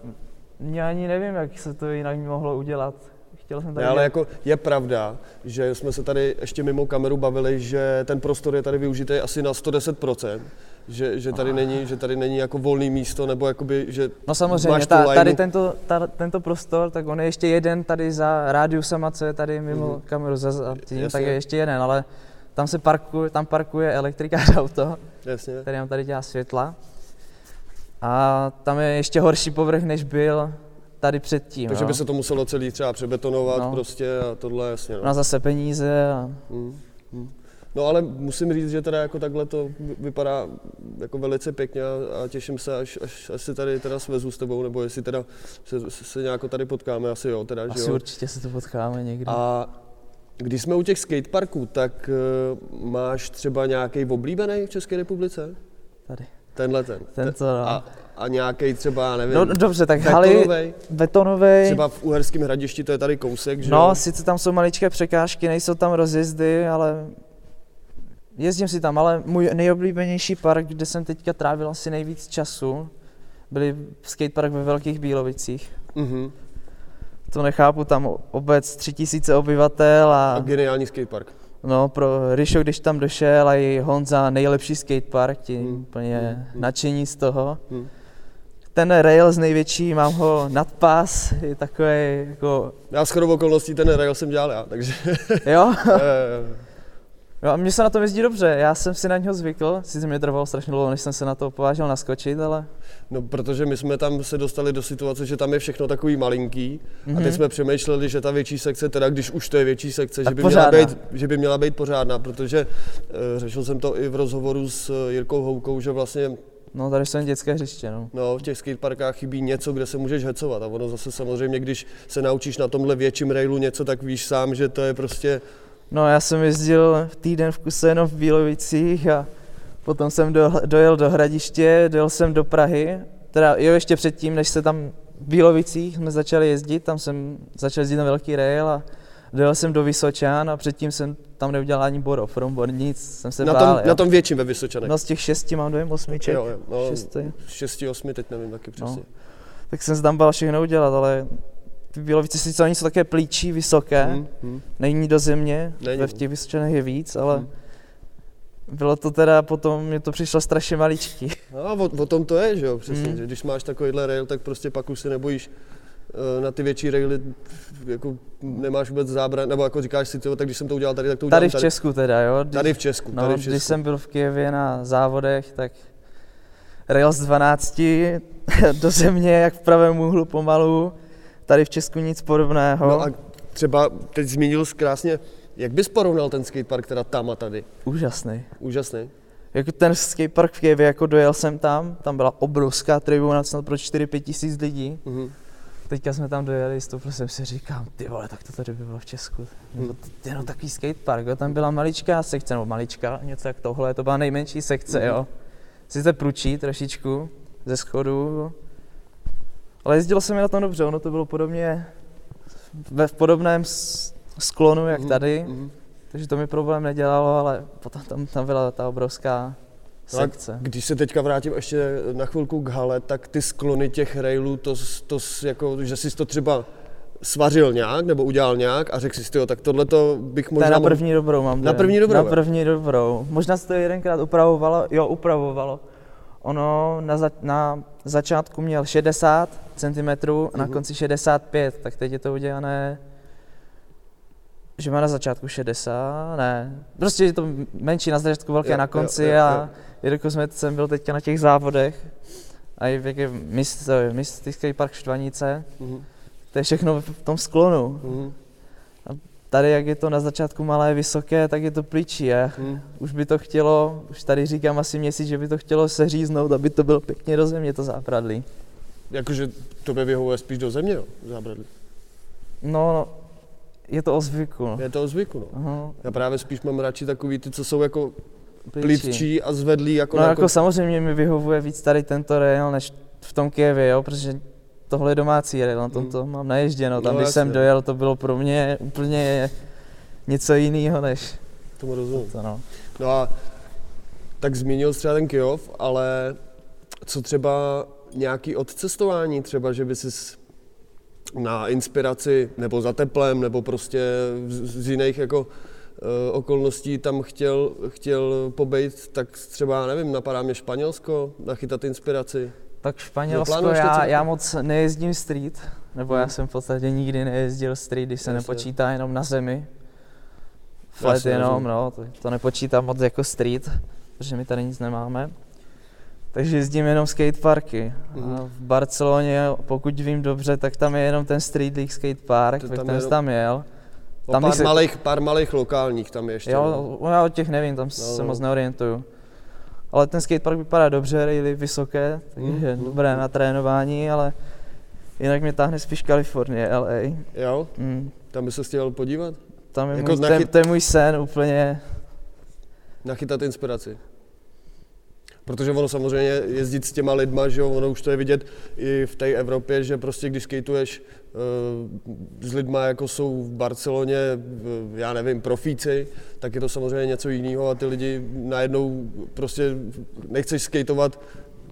S2: já ani nevím, jak se to jinak mohlo udělat. Chtěl jsem tady
S1: Ne, ale
S2: dělat-
S1: jako je pravda, že jsme se tady ještě mimo kameru bavili, že ten prostor je tady využitý asi na 110%, že, že, tady, není, že tady není jako volný místo, nebo jakoby, že
S2: No
S1: máš
S2: samozřejmě,
S1: tu
S2: ta,
S1: lineu.
S2: tady tento, ta, tento prostor, tak on je ještě jeden tady za rádiusama, co je tady mimo
S1: Mhm.
S2: kameru za, za tím,
S1: Jasně.
S2: tak je ještě jeden, ale tam se parkuje, tam parkuje elektrikář auto,
S1: jasně,
S2: který nám tady dělá světla. A tam je ještě horší povrch, než byl tady předtím.
S1: takže
S2: no.
S1: by se to muselo celý třeba přebetonovat
S2: No.
S1: prostě a tohle, jasně. No.
S2: No a zase peníze a
S1: Mm, mm. No ale musím říct, že teda jako takhle to vy- vypadá jako velice pěkně a a těším se, až, až, až si tady teda svezu s tebou, nebo jestli teda se, se- se nějako tady potkáme, asi jo, teda, že
S2: asi
S1: jo.
S2: určitě se to potkáme někdy.
S1: A když jsme u těch skateparků, tak eh, máš třeba nějaký oblíbený v České republice?
S2: Tady.
S1: Tenhle ten.
S2: Tento, no.
S1: A, a nějaký třeba, já nevím,
S2: no, dobře, tak haly,
S1: betonovej?
S2: betonovej.
S1: Třeba v Uherském hradišti to je tady kousek, že
S2: No,
S1: jo?
S2: sice tam jsou maličké překážky, nejsou tam rozjezdy, ale jezdím si tam, ale můj nejoblíbenější park, kde jsem teďka trávil asi nejvíc času, byly skatepark ve Velkých Bílovicích.
S1: Mhm.
S2: To nechápu, tam obec 3000 obyvatel
S1: A
S2: a
S1: geniální skatepark.
S2: no, pro Ryšo, když tam došel a i Honza, nejlepší skatepark, ti
S1: Hmm,
S2: úplně
S1: hmm, hmm.
S2: nadšení z toho.
S1: Hm.
S2: Ten rail z největší, mám ho nad pás, je takový jako,
S1: Já s chodou okolností ten rail jsem dělal já, takže...
S2: jo?
S1: eh,
S2: No a mně se na tom jezdí dobře, já jsem si na něho zvykl, sice mě trvalo strašně dlouho, než jsem se na to povážel naskočit, ale...
S1: No, protože my jsme tam se dostali do situace, že tam je všechno takový malinký mm-hmm.
S2: Mhm.
S1: a teď jsme přemýšleli, že ta větší sekce, teda když už to je větší sekce,
S2: Tak
S1: že by, měla
S2: pořádná.
S1: být, že by měla být pořádná, protože e, řešil jsem to i v rozhovoru s eh, Jirkou Houkou, že vlastně
S2: No tady jsem dětské hřiště, no.
S1: no, v těch skateparkách chybí něco, kde se můžeš hecovat a ono zase samozřejmě, když se naučíš na tomhle větším railu něco, tak víš sám, že to je prostě,
S2: No já jsem jezdil v týden v kuse jenom v Bílovicích a potom jsem do, dojel do Hradiště, dojel jsem do Prahy, teda jo ještě předtím, než se tam v Bílovicích jsme začali jezdit, tam jsem začal jezdit na velký rail a dojel jsem do Vysočan a předtím jsem tam neudělal ani bor offroad, nic, jsem se
S1: na
S2: bál,
S1: tom,
S2: jo.
S1: na tom větším ve Vysočanech.
S2: No z těch šesti mám dojem osmiček,
S1: jo, jo, no,
S2: šestý.
S1: 6, 8, teď nevím
S2: No.
S1: taky přesně.
S2: tak jsem se tam bál všechno udělat, ale ty Bílovice sice oni jsou také plíčí, vysoké,
S1: Hm,
S2: hmm.
S1: hm.
S2: není do země,
S1: Není.
S2: ve v těch Vysočanech je víc, ale
S1: Hm.
S2: hmm. bylo to teda potom, mě to přišlo strašně maličký.
S1: No a o, o tom to je, že jo, přesně,
S2: Mm.
S1: že když máš takovýhle rail, tak prostě pak už se nebojíš eh, na ty větší raily, jako nemáš vůbec zábran, nebo jako říkáš si, tyjo, tak když jsem to udělal tady, tak to udělám
S2: Tady v Česku teda, jo? Když,
S1: Tady v Česku,
S2: no,
S1: tady v
S2: když
S1: Česku.
S2: jsem byl v Kijevě na závodech, tak rail z 12 do země, jak v pravém úhlu pomalu, tady v Česku nic podobného.
S1: No a třeba teď zmínil jsi krásně, Jak bys porovnal ten skatepark teda tam a tady?
S2: Úžasný.
S1: Úžasný.
S2: Jako ten skatepark v Kijevě, jako dojel jsem tam, tam byla obrovská tribuna snad pro 4-5 tisíc lidí.
S1: Mhm.
S2: Teďka jsme tam dojeli, stopl jsem si říkám, ty vole, tak to tady by bylo v Česku. Nebo to, jenom takový skatepark, jo. tam byla maličká sekce, nebo maličká, něco jak tohle, to byla nejmenší sekce, jo. Sice pručí trošičku ze schodů, jo. ale jezdilo se mi na tom dobře, ono to bylo podobně ve v podobném s- sklonu jak
S1: Mhm,
S2: tady,
S1: mhm.
S2: takže to mi problém nedělalo, ale potom tam, tam byla ta obrovská
S1: No a
S2: sekce.
S1: Když se teďka vrátím ještě na chvilku k hale, tak ty sklony těch railů, to, s- to s- jako, že jsi to třeba svařil nějak nebo udělal nějak a řekl jsi, jo, tak tohle to bych
S2: To
S1: možná...
S2: je na
S1: mohl-
S2: první dobrou mám.
S1: Na
S2: dojem.
S1: první dobrou,
S2: Na
S1: jo.
S2: první dobrou. Možná se to jedenkrát upravovalo, jo, upravovalo. Ono na, za, na začátku měl 60 cm, na
S1: Mhm.
S2: konci 65, tak teď je to udělané, že má na začátku 60, ne, prostě je to menší na začátku, velké
S1: Jo,
S2: na
S1: jo,
S2: konci
S1: jo, jo.
S2: a jelikož jsme, jsem byl teďka na těch závodech, a i jak je mistr, mistrský park Štvanice,
S1: Mhm,
S2: to je všechno v v tom sklonu.
S1: mhm,
S2: Tady, jak je to na začátku malé, vysoké, tak je to plíčí. Je.
S1: mhm.
S2: Už by to chtělo, už tady říkám asi měsíc, že by to chtělo seříznout, aby to bylo pěkně do země, to zápradlí.
S1: Jakože tobě vyhovuje spíš do země, jo, zábradlí.
S2: No, no, je to o zvyku. No.
S1: Je to o zvyku, no.
S2: Aha,
S1: Já právě spíš mám radši takový ty, co jsou jako
S2: plíčí.
S1: plivčí a zvedlí jako
S2: No
S1: na
S2: jako
S1: konci.
S2: samozřejmě mi vyhovuje víc tady tento rail, než v tom Kijevě, jo, protože tohle je domácí rail, na tom
S1: Mhm.
S2: to mám naježděno. Tam,
S1: No,
S2: když
S1: jasně.
S2: jsem dojel, to bylo pro mě úplně něco jiného než
S1: Tomu rozumím.
S2: to, no.
S1: No a tak zmínil jsi třeba ten Kyjov, ale co třeba nějaký odcestování, třeba, že by si na inspiraci nebo za teplem nebo prostě z, z jiných jako eh, okolností tam chtěl, chtěl pobejt, tak třeba, nevím, napadá mě Španělsko, nachytat inspiraci.
S2: Tak Španělsko,
S1: Neplánuješ to
S2: já,
S1: celkem?
S2: já moc nejezdím street, nebo já
S1: Mhm.
S2: jsem v podstatě nikdy nejezdil street, když se
S1: Jasně.
S2: nepočítá jenom na zemi. Flat
S1: Jasně,
S2: jenom,
S1: rozumím.
S2: no, to, to nepočítám moc jako street, protože my tady nic nemáme. Takže jezdím jenom skateparky.
S1: Mhm.
S2: A v Barceloně, pokud vím dobře, tak tam je jenom ten Street League skatepark,
S1: To
S2: ve
S1: tam
S2: kterém
S1: je
S2: jsem
S1: jenom-
S2: tam jel.
S1: O
S2: Tam
S1: pár,
S2: se-
S1: malých, pár malých lokálních tam je ještě. no.
S2: Jo, o- já o těch nevím, tam no, se
S1: no.
S2: moc neorientuju. Ale ten skatepark vypadá dobře, raily vysoké, takže
S1: Mm, mm,
S2: dobré
S1: mm.
S2: na trénování, ale jinak mě táhne spíš Kalifornie, LA.
S1: jo,
S2: Mm.
S1: tam by se chtěl podívat,
S2: Tam je
S1: Jako
S2: můj,
S1: na
S2: ten,
S1: chyt-
S2: to je můj sen úplně.
S1: nachytat inspiraci. Protože ono samozřejmě jezdit s těma lidma, že jo, ono už to je vidět i v té Evropě, že prostě když skateuješ eh, s lidma, jako jsou v Barceloně, v- já nevím, profíci, tak je to samozřejmě něco jiného a ty lidi najednou prostě nechceš skateovat.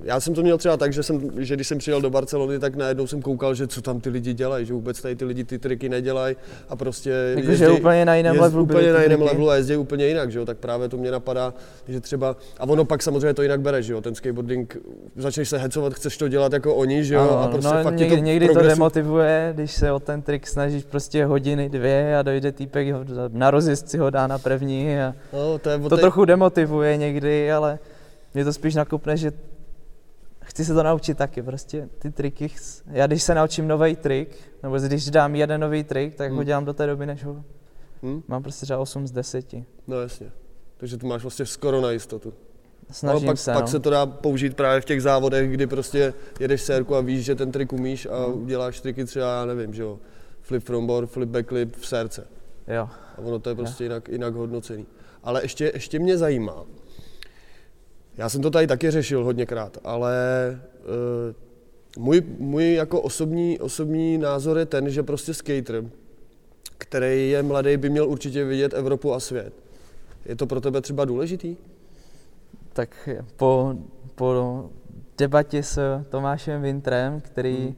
S1: Já jsem to měl třeba tak, že, jsem, že když jsem přijel do Barcelony, tak najednou jsem koukal, že co tam ty lidi dělají, že vůbec tady ty lidi ty triky nedělají a prostě
S2: Jakože Jako, úplně na jiném
S1: Jezd-
S2: levelu. byly
S1: Úplně
S2: ty
S1: na jiném
S2: triky.
S1: levelu a jezdí úplně jinak, že jo? Tak právě to mě napadá, že třeba. A ono pak samozřejmě to jinak bere, že jo? Ten skateboarding, začneš se hecovat, chceš to dělat jako oni, že jo?
S2: Ano,
S1: a prostě
S2: no,
S1: fakt ti
S2: někdy,
S1: to
S2: někdy to
S1: progresu-
S2: demotivuje, když se o ten trik snažíš prostě hodiny, dvě a dojde týpek, ho- na rozjezdci ho dá na první a
S1: No, to je o
S2: To
S1: té-
S2: trochu demotivuje někdy, ale mě to spíš nakopne, že chci se to naučit taky, prostě ty triky. chc- Já když se naučím nový trik, nebo když dám jeden nový trik, tak ho
S1: Hmm.
S2: dělám do té doby, než ho
S1: Hm?
S2: mám prostě třeba 8 z 10.
S1: No jasně. Takže tu máš vlastně skoro na jistotu.
S2: Snažím
S1: no, pak,
S2: se,
S1: pak
S2: no.
S1: se to dá použít právě v těch závodech, kdy prostě jedeš sérku a víš, že ten trik umíš a
S2: Mhm.
S1: uděláš triky třeba, já nevím, že jo? Flip from board, flip backflip v sérce.
S2: Jo.
S1: A ono to je prostě jinak, jinak hodnocený. Ale ještě, ještě mě zajímá, já jsem to tady taky řešil hodněkrát, ale uh, můj, můj jako osobní, osobní názor je ten, že prostě skater, který je mladý, by měl určitě vidět Evropu a svět. Je to pro tebe třeba důležitý?
S2: Tak po, po debatě s Tomášem Vintrem, který
S1: Hmm.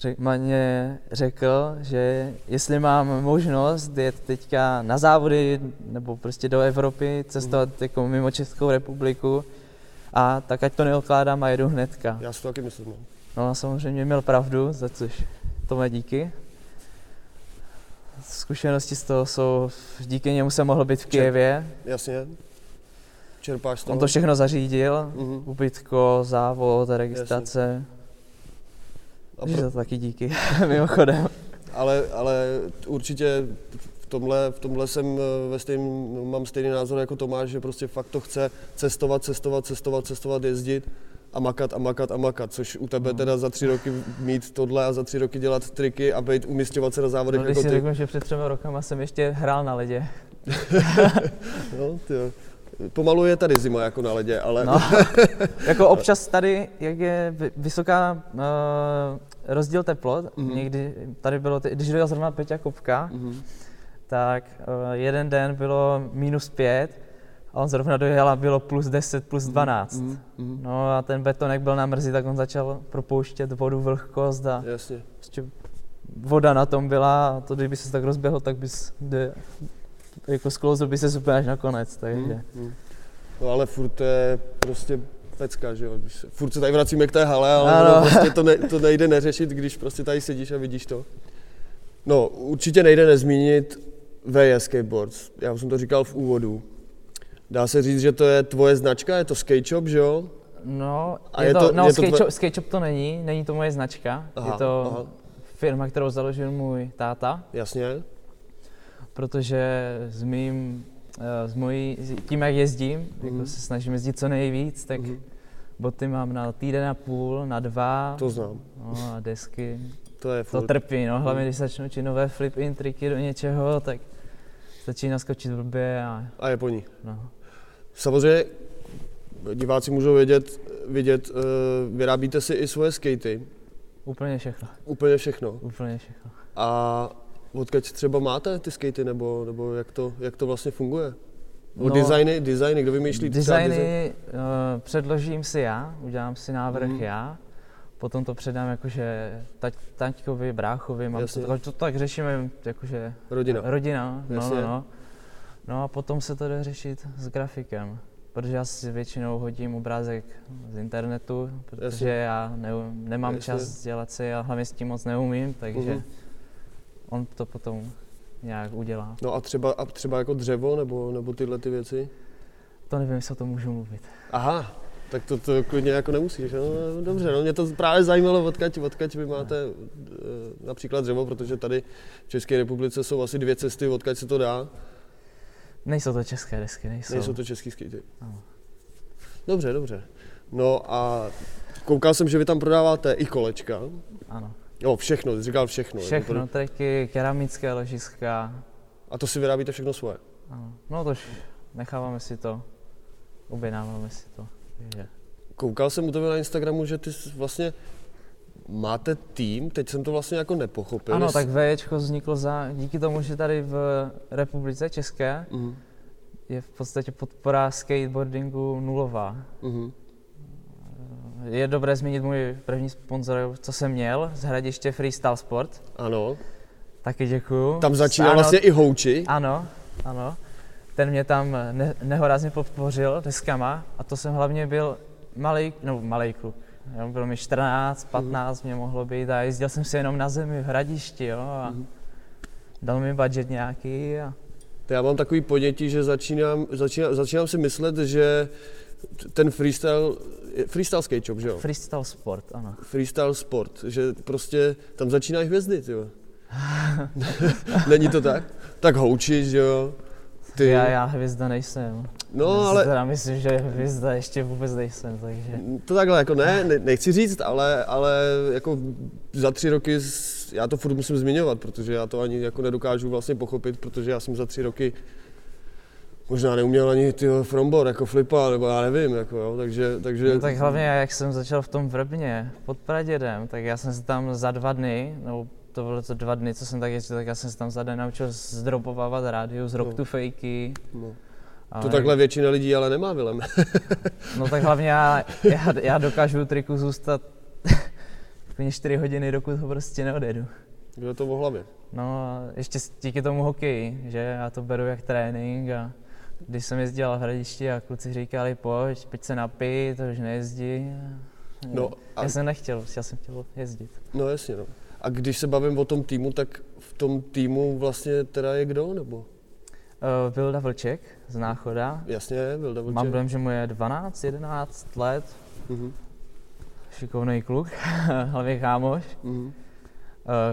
S2: řek, ma- mě řekl, že jestli mám možnost jet teďka na závody nebo prostě do Evropy, cestovat jako mimo Českou republiku, a tak ať to neokládám a jedu hnedka.
S1: Já si to taky myslím. no.
S2: No a samozřejmě měl pravdu, za což tomu díky. Zkušenosti z toho jsou, díky němu jsem mohl být v Kijevě,
S1: Jasně. Čerpáš z toho?
S2: on to všechno zařídil,
S1: Mhm.
S2: ubytko, závod, registrace.
S1: A
S2: Takže
S1: pro,
S2: za to taky díky, mimochodem.
S1: ale, ale určitě tomhle, v tomhle jsem eh, ve stejném, mám stejný názor jako Tomáš, že prostě fakt to chce cestovat, cestovat, cestovat, cestovat, jezdit a makat a makat a makat, což u
S2: No.
S1: tebe teda za tři roky mít tohle a za tři roky dělat triky a být umistovat se na závodech
S2: No, když
S1: jako
S2: si
S1: ty.
S2: řeknu, že před třema rokama jsem ještě hrál na ledě.
S1: No, tyjo. Pomalu je tady zima jako na ledě, ale
S2: No, jako občas tady, jak je vy- vysoká uh, rozdíl teplot,
S1: Mhm.
S2: mm-hmm. někdy tady bylo, ty, když byla zrovna Peťa Kopka,
S1: Mhm.
S2: tak uh, jeden den bylo minus pět a on zrovna dojel a bylo plus 10, plus 12. Mm-hmm.
S1: mhm.
S2: No a ten beton, jak byl na mrzi, tak on začal propouštět vodu, vlhkost a
S1: Jasně.
S2: prostě voda na tom byla a to, kdyby se tak rozběhl, tak bys jde, jako sklouzl by se úplně až na konec, takže.
S1: Mhm, mhm. No ale furt to je prostě pecka, že jo. Když se, furt se tady vracíme k té hale, ale
S2: Ano.
S1: ono prostě to, ne, to nejde neřešit, když prostě tady sedíš a vidíš to. No, určitě nejde nezmínit VJ Skateboards. Já už jsem to říkal v úvodu. Dá se říct, že to je tvoje značka, je to skate shop, že jo?
S2: No,
S1: A
S2: je,
S1: je
S2: to,
S1: to-
S2: no
S1: je to
S2: skate,
S1: tvoje-
S2: shop, skate shop to není, není to moje značka,
S1: Aha,
S2: je to
S1: aha.
S2: firma, kterou založil můj táta,
S1: Jasně.
S2: protože s mým, eh, s mojí, s tím jak jezdím, mm.
S1: Mhm.
S2: jako se snažím jezdit co nejvíc, tak
S1: Mhm.
S2: boty mám na týden a půl, na dva,
S1: To znám.
S2: no a desky,
S1: To je
S2: to
S1: furt.
S2: trpí, no, hlavně když začnu či nové flip-in triky do něčeho, tak stačí naskočit blbě a
S1: A je po ní.
S2: no.
S1: Samozřejmě diváci můžou vědět, vidět, eh, vyrábíte si i svoje skatey,
S2: Úplně všechno,
S1: úplně všechno.
S2: úplně všechno.
S1: A odkud třeba máte ty skatey, nebo, nebo jak, to, jak to vlastně funguje? O
S2: No,
S1: designy, designy, kdo vymýšlí třeba design?
S2: Designy uh, předložím si já, udělám si návrh
S1: Mhm.
S2: mm. já, potom to předám jakože tať, taťkovi, bráchovi, mám
S1: Jasně.
S2: to, tak- to tak řešíme jakože
S1: Rodina.
S2: rodina, no,
S1: Jasně.
S2: no, no. No a potom se to jde řešit s grafikem, protože já si většinou hodím obrázek z internetu, protože
S1: Jasně.
S2: já neu, nemám
S1: Jasně.
S2: čas dělat si a hlavně s tím moc neumím, takže
S1: Mhm.
S2: on to potom nějak udělá.
S1: No a třeba, a třeba jako dřevo, nebo, nebo tyhle ty věci?
S2: To nevím, jestli o tom můžu mluvit.
S1: Aha, tak to, to klidně jako nemusíš. No, dobře, no mě to právě zajímalo, odkaď, odkaď vy máte eh, například dřevo, protože tady v České republice jsou asi dvě cesty, odkaď se to dá.
S2: Nejsou to české desky, nejsou.
S1: Nejsou to český skatey.
S2: Ano.
S1: Dobře, dobře. No a koukal jsem, že vy tam prodáváte i kolečka.
S2: Ano.
S1: Jo, všechno, ty jsi říkal všechno. jako
S2: Všechno, treky, keramické ložiska.
S1: A to si vyrábíte všechno svoje.
S2: Ano. No tož necháváme si to, objednáváme si to. Takže.
S1: Koukal jsem u tebe na Instagramu, že ty jsi vlastně máte tým, teď jsem to vlastně jako nepochopil.
S2: Ano,
S1: Jsi-
S2: tak VJčko vzniklo za, díky tomu, že tady v republice České
S1: Mhm,
S2: je v podstatě podpora skateboardingu nulová.
S1: mhm,
S2: Je dobré zmínit můj první sponzor, co jsem měl, z hradiště Freestyle Sport.
S1: ano.
S2: Taky děkuju.
S1: Tam začíná
S2: Ano,
S1: vlastně i Houči.
S2: Ano, ano. Ten mě tam ne- nehorázně podpořil deskama a to jsem hlavně byl malý, no malý kluk. Jo, bylo mi 14,
S1: Mhm.
S2: 15 mě mohlo být a jezdil jsem si jenom na zemi v hradišti, jo, a
S1: Mhm.
S2: dal mi budget nějaký a
S1: To já mám takový podětí, že začínám, začínám, začínám si myslet, že t- ten freestyle, je freestyle skate shop, že jo?
S2: freestyle sport, ano.
S1: Freestyle sport, že prostě tam začínají hvězdy, ty jo. Není to tak? Tak Houči, že jo? Ty.
S2: Já, já hvězda nejsem.
S1: No,
S2: Já si
S1: ale
S2: Teda myslím, že hvězda ještě vůbec nejsem, takže...
S1: To takhle jako ne, ne- nechci říct, ale, ale jako za tři roky, s- já to furt musím zmiňovat, protože já to ani jako nedokážu vlastně pochopit, protože já jsem za tři roky možná neuměl ani ty frombor, jako flipa, nebo já nevím, jako jo, takže, takže
S2: No tak hlavně já, jak jsem začal v tom Vrbně pod Pradědem, tak já jsem se tam za dva dny, nebo to bylo to dva dny, co jsem tak jezdil, tak já jsem se tam za den naučil zdrobovávat rádiu, z rock
S1: No.
S2: to fakey.
S1: no,
S2: ale-
S1: to takhle většina lidí ale nemá, Vilem.
S2: No tak hlavně já, já, já dokážu u triku zůstat klidně 4 hodiny, dokud ho prostě neodedu.
S1: Kdo to o hlavě?
S2: No a ještě s- díky tomu hokeji, že já to beru jak trénink a když jsem jezdil v hradišti a kluci říkali pojď, pojď se napij, to už nejezdí.
S1: No, a,
S2: Já jsem nechtěl, já jsem chtěl jezdit.
S1: no jasně, no. A když se bavím o tom týmu, tak v tom týmu vlastně teda je kdo, nebo?
S2: Uh, Vilda Vlček z Náchoda.
S1: Jasně, byl Double
S2: Mám
S1: J.
S2: dojem, že mu je 12, 11 let,
S1: Mhm,
S2: šikovný kluk, hlavně kámoš. Eh,
S1: mhm,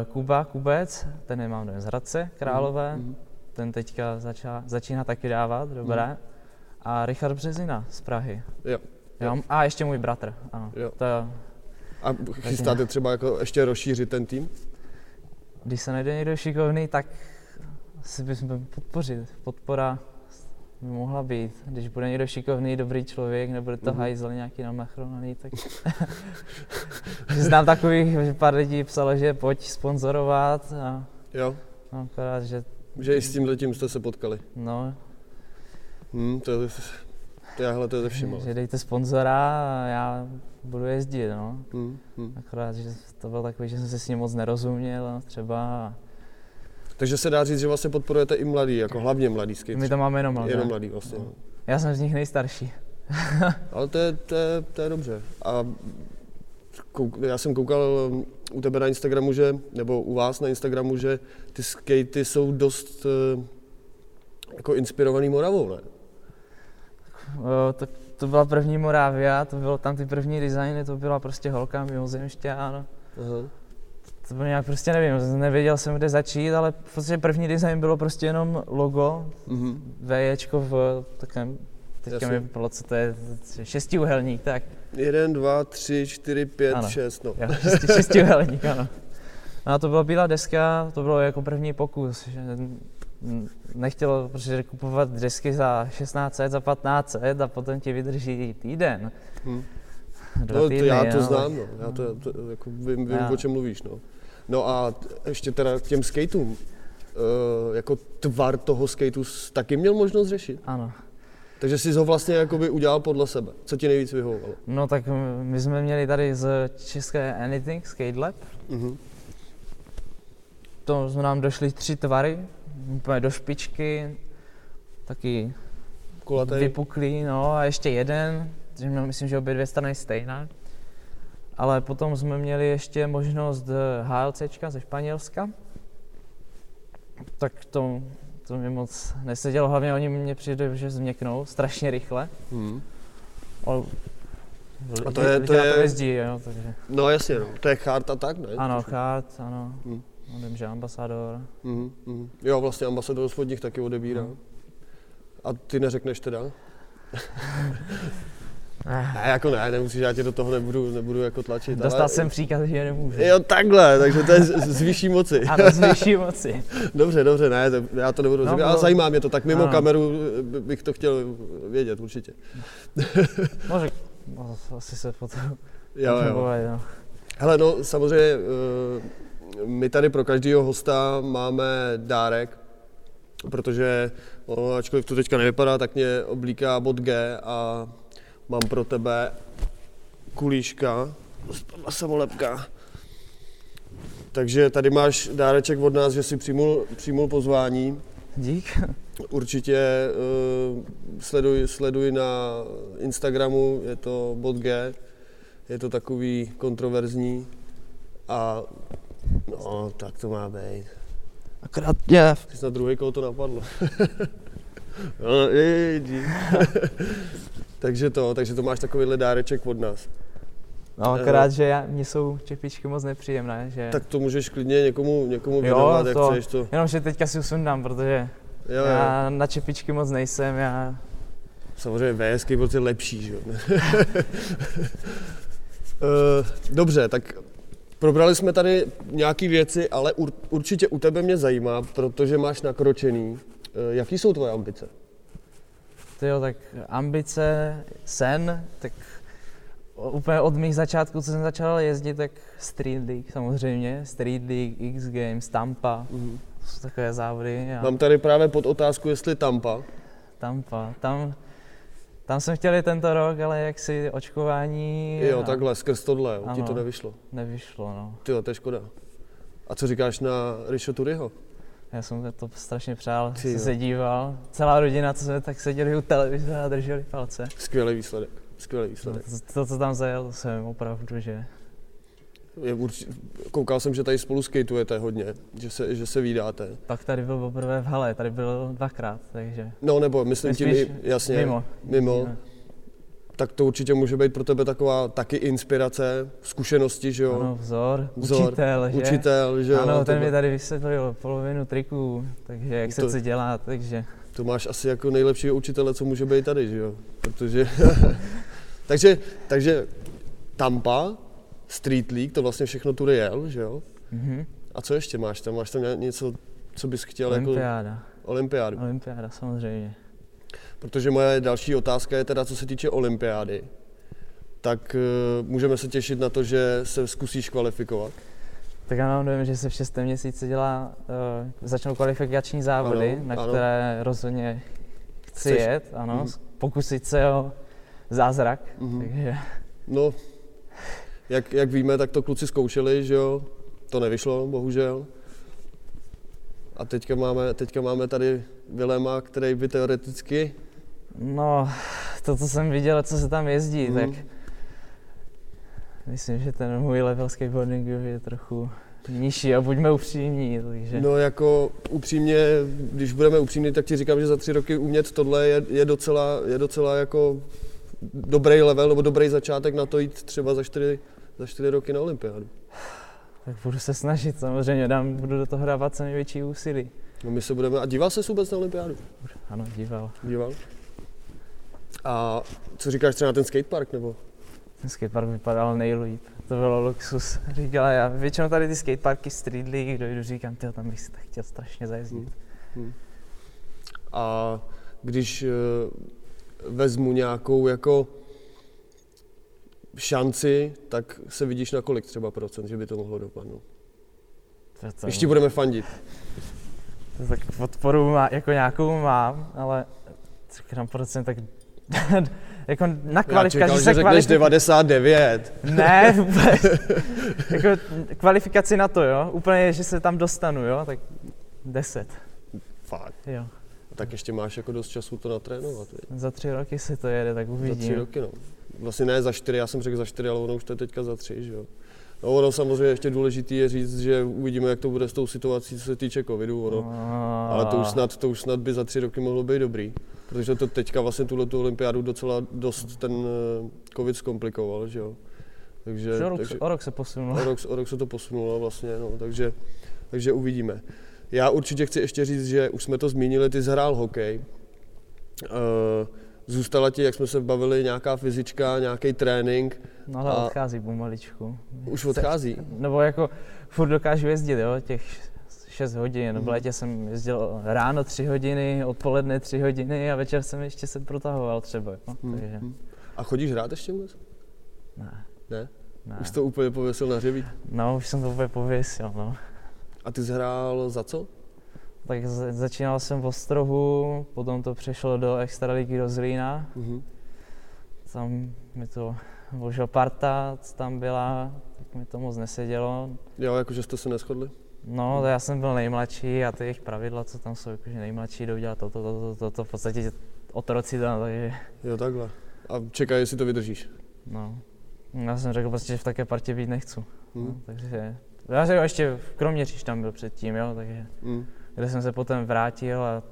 S2: Uh, Kuba Kubec, ten je mám dojem z Hradce Králové.
S1: mhm.
S2: ten teďka začá, začíná taky dávat, dobré. Hmm. A Richard Březina z Prahy.
S1: Jo.
S2: Jo. A ještě můj bratr, ano.
S1: Jo.
S2: To,
S1: A chystáte třeba jako ještě rozšířit ten tým?
S2: když se najde někdo šikovný, tak si bychom podpořit. Podpora by mohla být. Když bude někdo šikovný, dobrý člověk, nebude to
S1: Mhm.
S2: mm-hmm. hajzl nějaký namachronaný, tak... Znám takových, že pár lidí psalo, že pojď sponzorovat a
S1: Jo.
S2: no, akorát, že
S1: Že i s tímhle tím jste se potkali.
S2: no,
S1: Hm, to je, to je, hele, to je ze vším, ale.
S2: že dejte sponzora a já budu jezdit, no.
S1: Hm, hm.
S2: Akorát, že to byl takový, že jsem se s ním moc nerozuměl, no, třeba.
S1: Takže se dá říct, že vlastně podporujete i mladý, jako hlavně mladý skate.
S2: My to máme jenom mladé.
S1: Jenom mladý vlastně. no.
S2: Já jsem z nich nejstarší.
S1: Ale to je, to je, to je dobře. A kouk, já jsem koukal um, u tebe na Instagramu, že, nebo u vás na Instagramu, že ty skatey jsou dost eh, jako inspirovaný Moravou, ne?
S2: O, to, to byla první Morávia, to bylo tam ty první designy, to byla prostě holka mimozemšťan.
S1: Aha.
S2: To bylo nějak prostě nevím, nevěděl jsem, kde začít, ale v podstatě první design bylo prostě jenom logo,
S1: Mhm. VJčko
S2: VJčko v takovém, teďka
S1: Jasně.
S2: mi bylo, co to je, šestiúhelník, tak,
S1: Jeden, dva, tři, čtyři, pět,
S2: Ano.
S1: šest, no.
S2: jo, šesti, šestiúhelník, ano. No a to byla bílá deska, to bylo jako první pokus, že n- nechtěl protože kupovat desky za 1600, za 1500 a potom ti vydrží týden.
S1: Hm.
S2: Dva
S1: No, to,
S2: týdny,
S1: já to
S2: no.
S1: znám, no. Já to, to jako vím, vím
S2: Já.
S1: o čem mluvíš, no. No a t- ještě teda k těm skateům. Eh, jako tvar toho skateu jsi taky měl možnost řešit.
S2: Ano.
S1: Takže jsi ho vlastně jakoby udělal podle sebe. Co ti nejvíc vyhovovalo?
S2: No tak m- my jsme měli tady z české Anything Skate Lab.
S1: Mhm.
S2: To jsme nám došly tři tvary, úplně do špičky, taky
S1: Kulatý.
S2: vypuklý, no a ještě jeden, takže měl, myslím, že obě dvě strany stejná. Ale potom jsme měli ještě možnost eh, HLCčka ze Španělska. Tak to, to mi moc nesedělo, hlavně oni mě přijde, že změknou strašně rychle.
S1: Hmm.
S2: Ale
S1: A to je-
S2: lidi
S1: to
S2: na
S1: je-
S2: to jezdí, jo, takže.
S1: No jasně, no. to je chart a tak, ne?
S2: Ano, chart, ano.
S1: Hm.
S2: Hmm. Vím, že ambasádor.
S1: Mhm, mhm. Jo, vlastně ambasador spodních taky odebírá.
S2: No.
S1: A ty neřekneš teda?
S2: Eh,
S1: Ne, jako ne, nemusíš, já tě do toho nebudu, nebudu jako tlačit.
S2: Dostal jsem příkaz, že nemůžu.
S1: Jo, takhle, takže to je z, z vyšší moci.
S2: Ano, z vyšší moci.
S1: Dobře, dobře, ne, to- já to nebudu
S2: No,
S1: rozebírat, ale
S2: bylo-
S1: zajímá mě to, tak mimo
S2: Ano.
S1: kameru eh, bych to chtěl vědět určitě.
S2: Možná, no, asi se potom
S1: Jo, jo.
S2: Bovat, no.
S1: Hele, no samozřejmě eh, my tady pro každého hosta máme dárek, protože ono, ačkoliv to teďka nevypadá, tak mě oblíká bod G a mám pro tebe kulíška, spadla samolepka. Takže tady máš dáreček od nás, že si přijmul, přijmul pozvání.
S2: Dík.
S1: Určitě uh, sleduj, sleduj na Instagramu, je to bod G, je to takový kontroverzní a no, tak to má být.
S2: Akorát je.
S1: Ty snad druhý koho to napadlo. no, je, je, je, dík. takže to, takže to máš takovýhle dáreček od nás.
S2: No, akorát, že já, mě jsou čepičky moc nepříjemné, že...
S1: Eh, Tak to můžeš klidně někomu, někomu
S2: Jo,
S1: věnovat, jak
S2: to-
S1: chceš to. Jo,
S2: Jenomže teďka si usundám, protože
S1: jo.
S2: já na čepičky moc nejsem, já...
S1: Samozřejmě VSK je prostě lepší, že jo. Eh, Dobře, tak probrali jsme tady nějaké věci, ale ur, určitě u tebe mě zajímá, protože máš nakročený. eh, Jaký jsou tvoje ambice?
S2: Ty jo, tak ambice, sen, tak o- úplně od mých začátků, co jsem začal jezdit, tak Street League samozřejmě, Street League, X Games, Tampa, to jsou takové závody. A
S1: Mám tady právě pod otázku, jestli Tampa.
S2: Tampa, tam, tam jsem chtěl i tento rok, ale jak si očkování
S1: Jo,
S2: a
S1: takhle, skrz tohle, jo, ti to
S2: Ano.
S1: nevyšlo.
S2: nevyšlo, no.
S1: Ty to je škoda. A co říkáš na Richo Turyho?
S2: Já jsem to strašně přál,
S1: Ty
S2: jsem
S1: jo.
S2: se díval. Celá rodina, co jsme tak seděli u televize a drželi palce.
S1: Skvělý výsledek. Skvělý
S2: To,
S1: výsledek.
S2: to, co tam zajel, to jsem opravdu, že
S1: Je urči- Koukal jsem, že tady spolu skateujete hodně, že se, že se vídáte.
S2: pak tady byl poprvé v hale, tady byl dvakrát, takže
S1: No nebo myslím tím,
S2: Nejspíš
S1: i- jasně,
S2: mimo.
S1: mimo.
S2: Ne.
S1: tak to určitě může být pro tebe taková taky inspirace, zkušenosti, že jo?
S2: Ano, vzor,
S1: Vzor,
S2: učitel, že?
S1: Učitel, že jo?
S2: Ano, ten
S1: to,
S2: mi tady vysvětlil polovinu triků, takže jak se
S1: To-
S2: co dělá, takže
S1: to máš asi jako nejlepšího učitele, co může být tady, že jo? Protože, takže, takže Tampa, Street League, to vlastně všechno tu jel, že jo?
S2: mhm.
S1: A co ještě máš tam? Máš tam ně- něco, co bys chtěl jako
S2: olympiáda, No.
S1: olympiádu?
S2: olympiáda samozřejmě.
S1: Protože moje další otázka je teda, co se týče olympiády. Tak eh, můžeme se těšit na to, že se zkusíš kvalifikovat.
S2: Tak já mám dojem, že se v šestém měsíci dělá, uh, začnou kvalifikační závody,
S1: Ano,
S2: ano, na
S1: ano.
S2: které rozhodně chci
S1: Chceš-
S2: jet, ano,
S1: Mhm.
S2: mm. pokusit se o zázrak,
S1: Mhm.
S2: mm. takže
S1: No, jak, jak víme, tak to kluci zkoušeli, že jo? To nevyšlo, bohužel. A teďka máme, teďka máme tady Vilema, který by teoreticky...
S2: no, to, co jsem viděl, co se tam jezdí,
S1: Mhm.
S2: mm. tak myslím, že ten můj level skateboardingu je trochu nižší a buďme upřímní, takže no.
S1: No jako upřímně, když budeme upřímní, tak ti říkám, že za tři roky umět tohle je, je, docela, je docela jako dobrý level nebo dobrý začátek na to jít třeba za čtyři, za čtyři roky na olympiádu.
S2: tak budu se snažit samozřejmě, dám, budu do toho dávat co největší úsilí.
S1: No my se budeme... A díval se vůbec na olympiádu?
S2: Ano, díval.
S1: Díval. A co říkáš třeba na ten skatepark nebo?
S2: Ten skatepark vypadal nejlíp, to bylo luxus. Říkala já, většinou tady ty skateparky Street League, dojdu, říkám, tyjo, tam bych si tak chtěl strašně zajezdit.
S1: Hmm. A když eh, vezmu nějakou jako šanci, tak se vidíš na kolik třeba procent, že by to mohlo dopadnout.
S2: To, to,
S1: Ještě budeme fandit.
S2: to, tak podporu má, jako nějakou mám, ale říkám procent, tak jako na
S1: Já
S2: kvalifikaci
S1: čekal, že
S2: se
S1: řekneš
S2: kvalifik-
S1: 99.
S2: Ne, vůbec. jako kvalifikaci na to, jo. Úplně, že se tam dostanu, jo, tak 10,
S1: Fakt.
S2: jo.
S1: Tak ještě máš jako dost času to natrénovat. viď?
S2: Za tři roky se to jede, tak
S1: Za tři
S2: uvidím.
S1: roky, no. Vlastně ne za čtyři, já jsem řekl za čtyři, ale ono už to je teďka za tři, že jo. No ono samozřejmě ještě důležité je říct, že uvidíme, jak to bude s tou situací, co se týče covidu. Ono,
S2: No,
S1: Ale to už, snad, to už snad by za tři roky mohlo být dobrý, protože to teďka vlastně tuhle tu olympiádu docela dost ten eh, covid zkomplikoval, že jo. Takže,
S2: Že O rok,
S1: takže
S2: se- o rok se posunul.
S1: o, rok, o rok se to posunulo vlastně, no, takže, takže uvidíme. Já určitě chci ještě říct, že už jsme to zmínili, ty zhrál hokej. Eh, Zůstala ti, jak jsme se bavili, nějaká fyzička, nějaký trénink,
S2: No ale
S1: A-
S2: odchází pomaličku.
S1: už
S2: Se-
S1: odchází.
S2: Nebo jako furt dokážu jezdit, jo, těch 6 hodin.
S1: Mhm.
S2: V létě jsem jezdil ráno 3 hodiny, odpoledne 3 hodiny a večer jsem ještě se protahoval třeba. Jo. Takže
S1: Mhm. A chodíš hrát ještě vůbec?
S2: ne,
S1: Ne?
S2: ne.
S1: Už to úplně pověsil na hřebík.
S2: No, už jsem to úplně pověsil, no.
S1: A ty zhrál za co?
S2: Tak za- začínal jsem v Ostrohu, potom to přešlo do Extraligy do Zlína.
S1: Mhm.
S2: Tam mi to božel parta, co tam byla, tak mi to moc nesedělo.
S1: Jo, jakože jste se neschodli?
S2: No, to já jsem byl nejmladší a ty jejich pravidla, co tam jsou, jakože nejmladší jdou dělat toto, toto, toto, to, to, v podstatě otroci tam, no, takže
S1: Jo, takhle. A čekaj, jestli to vydržíš.
S2: no. Já jsem řekl prostě, že v také partě být nechci. No,
S1: Hm?
S2: takže já jsem ještě v Kroměříž tam byl předtím, jo, takže
S1: Hm?
S2: kde jsem se potom vrátil a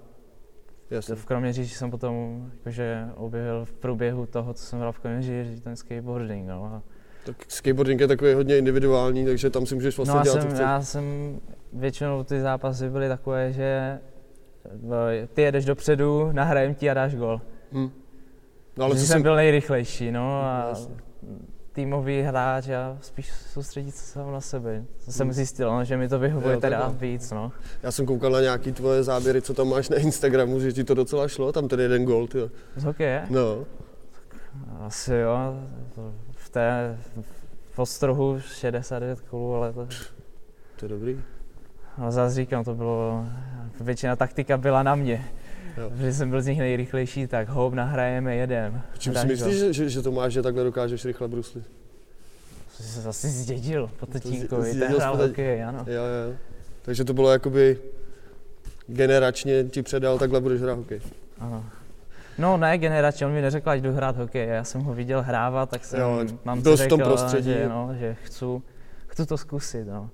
S1: Jasně.
S2: v Kroměříži jsem potom jakože objevil v průběhu toho, co jsem hrál v Kroměříži, ten skateboarding, no. A
S1: Tak skateboarding je takový hodně individuální, takže tam si můžeš vlastně
S2: no, já
S1: dělat,
S2: jsem,
S1: co chceš.
S2: já jsem, většinou ty zápasy byly takové, že eh, ty jedeš dopředu, nahrajem ti a dáš gol.
S1: Hm? No,
S2: Ale
S1: ale
S2: že
S1: co
S2: jsem,
S1: jsem...
S2: byl nejrychlejší, no a
S1: Jasně.
S2: týmový hráč a spíš soustředit se sám na sebe. To jsem
S1: Hmm.
S2: zjistil, no, že mi to vyhovuje
S1: Jo,
S2: teda
S1: takhle.
S2: víc, no.
S1: Já jsem koukal na nějaký tvoje záběry, co tam máš na Instagramu, že ti to docela šlo, tam tedy jeden gol, jo.
S2: Z hokeje?
S1: No,
S2: Asi jo, to v té v ostrohu 69 kolů, ale to,
S1: to je dobrý.
S2: ale zase říkám, to bylo, většina taktika byla na mě.
S1: Jo.
S2: Protože jsem byl z nich nejrychlejší, tak hop, nahrajeme, jedem.
S1: Čím
S2: Dáš
S1: si
S2: gol.
S1: myslíš, že, že, že, to máš, že takhle dokážeš rychle bruslit?
S2: To jsi zase zdědil po
S1: zdi-
S2: tatínkovi, ten
S1: zdědil
S2: hrál
S1: jsem to-
S2: hokej, ano.
S1: Jo, jo. Takže to bylo jakoby generačně ti předal, takhle budeš hrát hokej.
S2: Ano. No ne, generace, on mi neřekl, ať jdu hrát hokej, já jsem ho viděl hrávat, tak jsem,
S1: Jo,
S2: mám si
S1: byl v tom
S2: řekl,
S1: prostředí.
S2: Že, no, že chci, chci to zkusit, no.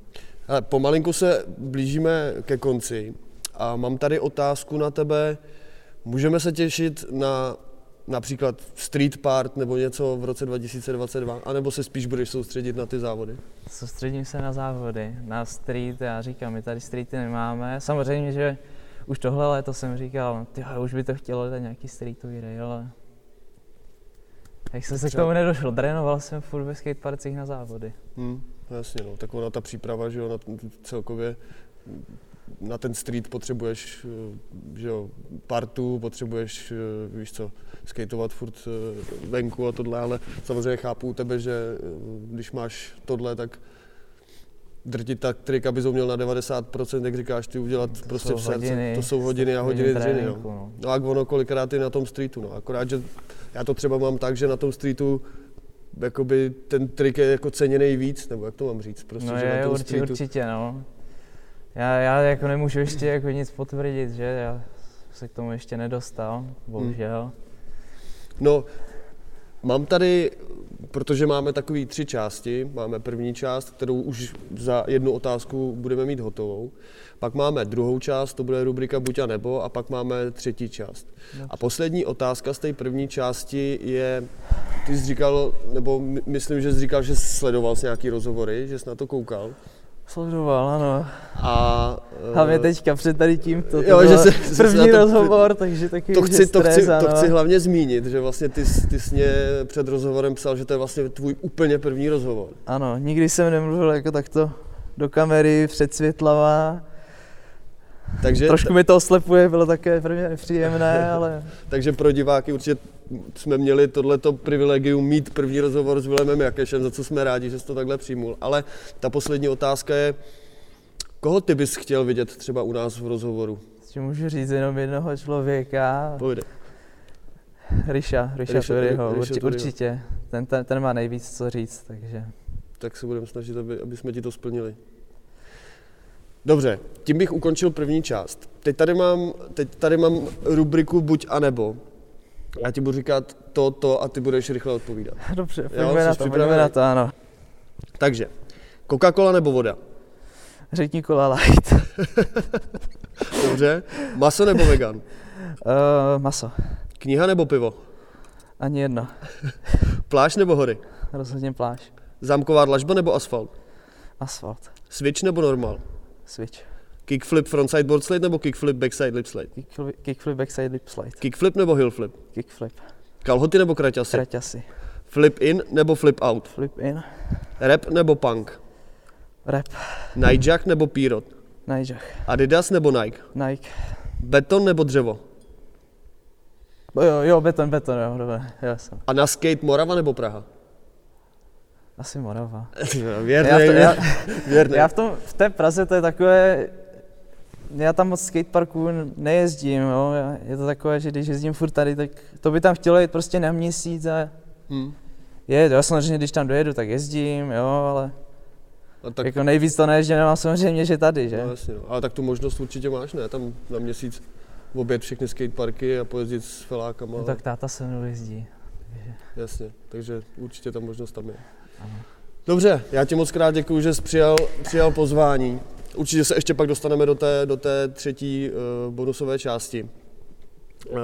S1: Ale pomalinku se blížíme ke konci a mám tady otázku na tebe. Můžeme se těšit na například street part nebo něco v roce 2022, anebo se spíš budeš soustředit na ty závody?
S2: Soustředím se na závody, na street, já říkám, my tady streety nemáme. Samozřejmě, že už tohle léto jsem říkal, tyhle, už by to chtělo dát nějaký streetový rail, ale jak jsem se k
S1: Třeba-
S2: tomu nedošel, trénoval jsem furt ve skateparcích na závody.
S1: Hmm, no jasně, no, tak ona ta příprava, že jo, na, celkově na ten street potřebuješ, eh, že jo, partu, potřebuješ, eh, víš co, skateovat furt eh, venku a tohle, ale samozřejmě chápu u tebe, že eh, když máš tohle, tak drtit tak trik, abys ho měl na 90%, jak říkáš, ty udělat
S2: To
S1: prostě
S2: jsou
S1: v srdce,
S2: hodiny,
S1: to jsou hodiny a hodiny dřiny, no.
S2: tréninku, no.
S1: No a ono kolikrát je na tom streetu, no. Akorát, že já to třeba mám tak, že na tom streetu jakoby ten trik je jako ceněný víc, nebo jak to mám říct, prostě,
S2: no
S1: že na
S2: je,
S1: tom
S2: určitě,
S1: streetu.
S2: určitě, no. Já, já jako nemůžu ještě jako nic potvrdit, že já se k tomu ještě nedostal, bohužel.
S1: Hmm. No, mám tady, protože máme takové tři části, máme první část, kterou už za jednu otázku budeme mít hotovou, pak máme druhou část, to bude rubrika buď a nebo, a pak máme třetí část. A poslední otázka z té první části je, ty jsi říkal, nebo my- myslím, že jsi říkal, že jsi sledoval jsi nějaký rozhovory, že jsi na to koukal.
S2: Sledoval, ano.
S1: A eh,
S2: Hlavně teďka před tady tímto, to
S1: jo,
S2: jo,
S1: že
S2: že
S1: se- že se na
S2: první
S1: to-
S2: rozhovor, takže taky
S1: To
S2: už je
S1: chci, to,
S2: stres,
S1: chci, to
S2: ano.
S1: chci hlavně zmínit, že vlastně ty, jsi- ty jsi mě před rozhovorem psal, že to je vlastně tvůj úplně první rozhovor.
S2: Ano, nikdy jsem nemluvil jako takto do kamery, před světlama.
S1: Takže,
S2: Trošku mi to oslepuje, bylo také pro mě nepříjemné, ale
S1: takže pro diváky určitě jsme měli tohleto privilegium mít první rozhovor s Vilemem Jakešem, za co jsme rádi, že jsi to takhle přijmul. Ale ta poslední otázka je, koho ty bys chtěl vidět třeba u nás v rozhovoru?
S2: s tím můžu říct jenom jednoho člověka,
S1: Povídej.
S2: Ryša, Ryša
S1: Ryša Tury-
S2: Turyho,
S1: Ryša
S2: urči,
S1: Turyho.
S2: určitě. Ten, ten, ten má nejvíc co říct, takže
S1: tak se budeme snažit, aby, aby jsme ti to splnili. Dobře, tím bych ukončil první část. Teď tady mám, teď tady mám rubriku buď a nebo. Já ti budu říkat to, to a ty budeš rychle odpovídat.
S2: dobře,
S1: jsi
S2: pojďme na to, pojďme
S1: připravený?
S2: na to, ano.
S1: Takže, Coca-Cola nebo voda?
S2: Řekni kola light.
S1: Dobře. Maso nebo vegan?
S2: Uh, maso,
S1: Kniha nebo pivo?
S2: ani jedno,
S1: Pláž nebo hory?
S2: rozhodně pláž.
S1: Zámková dlažba nebo asfalt?
S2: Asfalt,
S1: Switch nebo normál?
S2: switch,
S1: Kickflip frontside board slide nebo kickflip backside lip slide?
S2: Kickfli- kickflip, backside, lip slide,
S1: Kickflip nebo hillflip?
S2: kickflip,
S1: Kalhoty nebo kraťasy?
S2: kraťasy,
S1: Flip in nebo flip out?
S2: flip in,
S1: Rap nebo punk?
S2: rap,
S1: Nijak nebo Pírot?
S2: najžach,
S1: Adidas nebo Nike?
S2: Nike,
S1: Beton nebo dřevo?
S2: Bo jo, jo, beton, beton, jo, dobré, já jsem,
S1: A na skate Morava nebo Praha?
S2: asi Morava.
S1: Věrnej,
S2: Já to- já-
S1: věrnej.
S2: Já v, tom, v té Praze to je takové, já tam moc skateparků n- nejezdím, jo. já- je to takové, že když jezdím furt tady, tak to by tam chtělo jet prostě na měsíc a
S1: Hm.
S2: je, jo, samozřejmě, když tam dojedu, tak jezdím, jo, ale
S1: A tak,
S2: tak. jako nejvíc to nejezdím, nemám samozřejmě, že tady, že?
S1: no, jasně, no. Ale tak tu možnost určitě máš, ne? Tam na měsíc obět všechny skateparky a pojezdit s felákama.
S2: No, tak táta se mnou jezdí.
S1: Jasně, takže určitě ta možnost tam je. Dobře, já ti moc krát děkuji, že jsi přijal, přijal pozvání. Určitě se ještě pak dostaneme do té, do té třetí uh, bonusové části. Uh,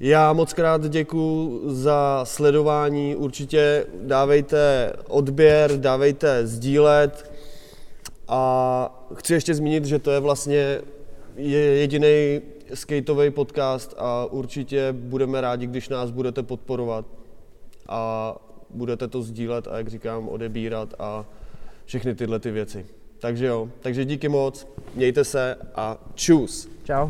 S1: já moc krát děkuji za sledování. Určitě dávejte odběr, dávejte sdílet. A chci ještě zmínit, že to je vlastně je jediný skateový podcast a určitě budeme rádi, když nás budete podporovat a budete to sdílet a jak říkám, odebírat a všechny tyhle ty věci. Takže jo, takže díky moc, mějte se a čus.
S2: Čau.